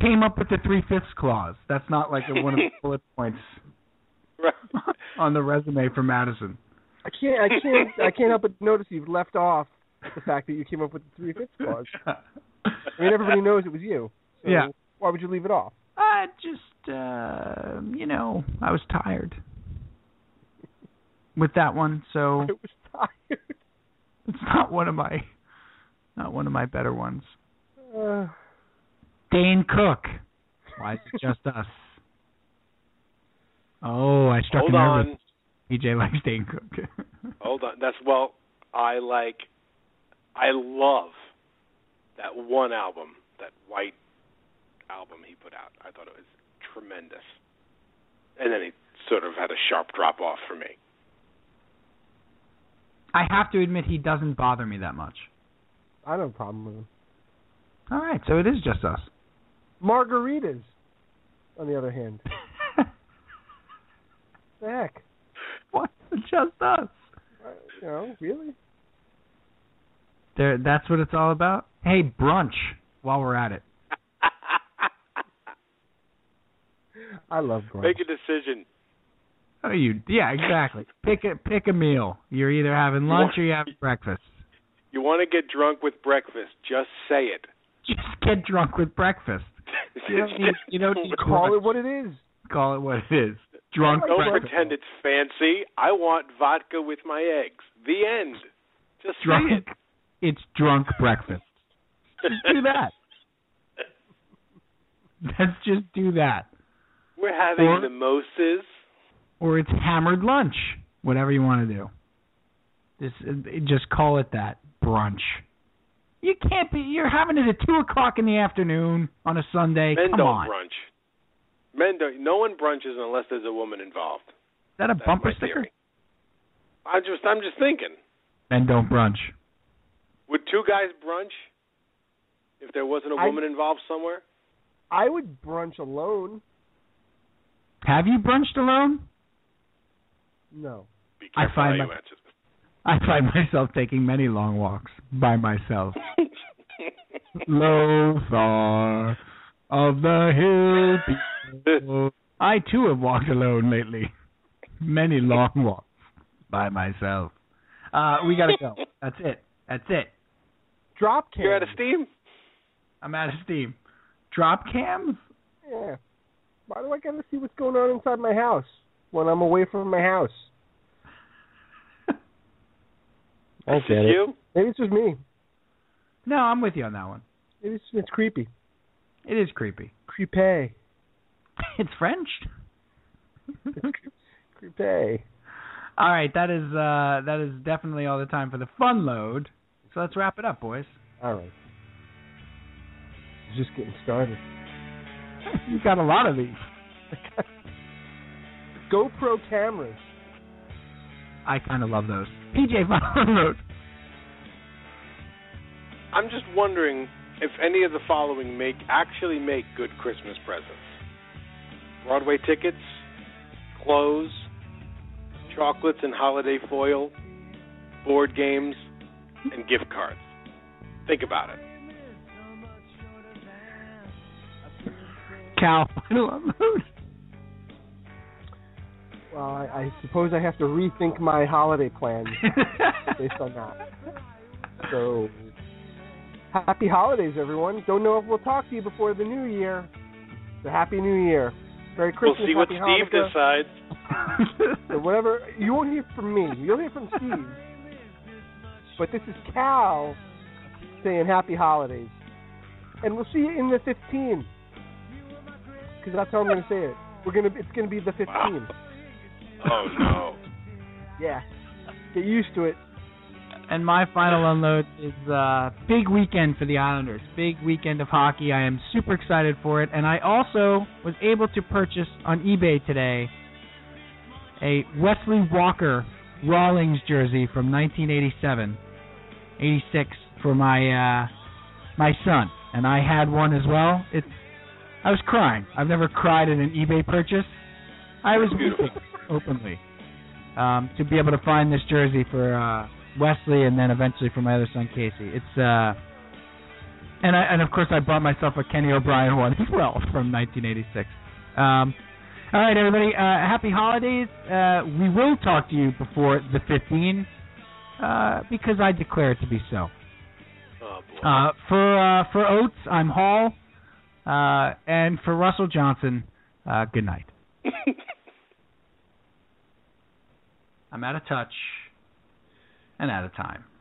A: came up with the three fifths clause. That's not like one of the bullet points
C: right
A: on the resume for Madison.
B: I can't. I can't. I can't help but notice you've left off the fact that you came up with the three fifths clause. I mean, everybody knows it was you. So
A: Yeah.
B: Why would you leave it off?
A: I just, uh, you know, I was tired with that one, so
B: I was
A: it's not one of my, not one of my better ones.
B: tired. Uh,
A: Dane Cook. Why is it just us? Oh, I struck
C: Hold
A: a
C: on.
A: nerve. with PJ likes Dane Cook.
C: Hold on. That's well, I like, I love that one album, that white album he put out. I thought it was tremendous. And then it sort of had a sharp drop off for me.
A: I have to admit he doesn't bother me that much.
B: I don't have a problem with them.
A: All right, so it is just us.
B: Margaritas, on the other hand. The heck?
A: What's the just us?
B: Uh, You know, really?
A: There, that's what it's all about. Hey, brunch. While we're at it,
B: I love grunge.
C: Make a decision.
A: oh, you, yeah, exactly. Pick a pick a meal. You're either having lunch or you have breakfast.
C: You want to get drunk with breakfast? Just say it.
A: Just get drunk with breakfast. You don't need, you don't need
B: Call it what it is.
A: call it what it is. Drunk
C: Don't
A: breakfast.
C: pretend it's fancy. I want vodka with my eggs. The end. Just say
A: drunk.
C: it.
A: It's drunk breakfast. Just do that. Let's just do that.
C: We're having
A: Or-
C: mimosas.
A: Or it's hammered lunch. Whatever you want to do. Just uh, just call it that brunch. You can't be. You're having it at two o'clock in the afternoon on a Sunday.
C: Men
A: Come
C: don't
A: on.
C: brunch. Men don't. No one brunches unless there's a woman involved.
A: Is that a
C: That's
A: bumper
C: my
A: sticker?
C: theory. I just. I'm just thinking.
A: Men don't brunch.
C: Would two guys brunch if there wasn't a
B: I-
C: woman involved somewhere?
B: I would brunch alone.
A: Have you brunched alone?
B: No.
C: Be
A: I
C: careful
A: find
C: how you
A: my-
C: answer this.
A: I find myself taking many long walks by myself. Low far of the hill below. I too have walked alone lately. Many long walks by myself. Uh, we gotta go. That's it. That's it.
B: Drop cam.
C: You're out of steam.
A: I'm out of steam. Drop cams?
B: Yeah. Why do I gotta see what's going on inside my house when I'm away from my house?
D: I
C: This is
D: get it.
C: you.
B: Maybe it's just me.
A: No, I'm with you on that one.
B: Maybe it's, it's creepy.
A: It is creepy.
B: Creepy.
A: It's French.
B: Creepy.
A: all right, that is uh, that is definitely all the time for the fun load. So let's wrap it up, boys.
B: All right. Just getting started.
A: you got a lot of these.
B: GoPro cameras.
A: I kind of love those. PJ Fun Load.
C: I'm just wondering if any of the following make actually make good Christmas presents: Broadway tickets, clothes, chocolates and holiday foil, board games, and gift cards. Think about it.
A: Cal Final Upload.
B: Well, I, I suppose I have to rethink my holiday plans based on that. So, happy holidays, everyone. Don't know if we'll talk to you before the new year. So, happy new year. Merry Christmas.
C: we'll see what
B: happy
C: Steve
B: Hanukkah.
C: decides.
B: So whatever you won't hear from me, you'll hear from Steve. But this is Cal saying happy holidays, and we'll see you in the 15. Because that's how I'm going to say it. We're gonna it's gonna be the 15.
C: Wow. Oh no.
B: Yeah, get used to it.
A: and my final unload is uh, big weekend for the Islanders. Big weekend of hockey. I am super excited for it. And I also was able to purchase on eBay today a Wesley Walker Rawlings jersey from 1987, 86 for my uh, my son. And I had one as well. It's I was crying. I've never cried in an eBay purchase. I was
C: Beautiful.
A: weeping openly um, to be able to find this jersey for uh, Wesley and then eventually for my other son Casey. It's uh, and I and of course I bought myself a Kenny O'Brien one as well from 1986. Um, all right, everybody, uh, happy holidays. Uh, we will talk to you before the 15 uh, because I declare it to be so.
C: Oh,
A: Uh, for uh, for Oates, I'm Hall, uh, and for Russell Johnson, uh, good night. I'm out of touch and out of time.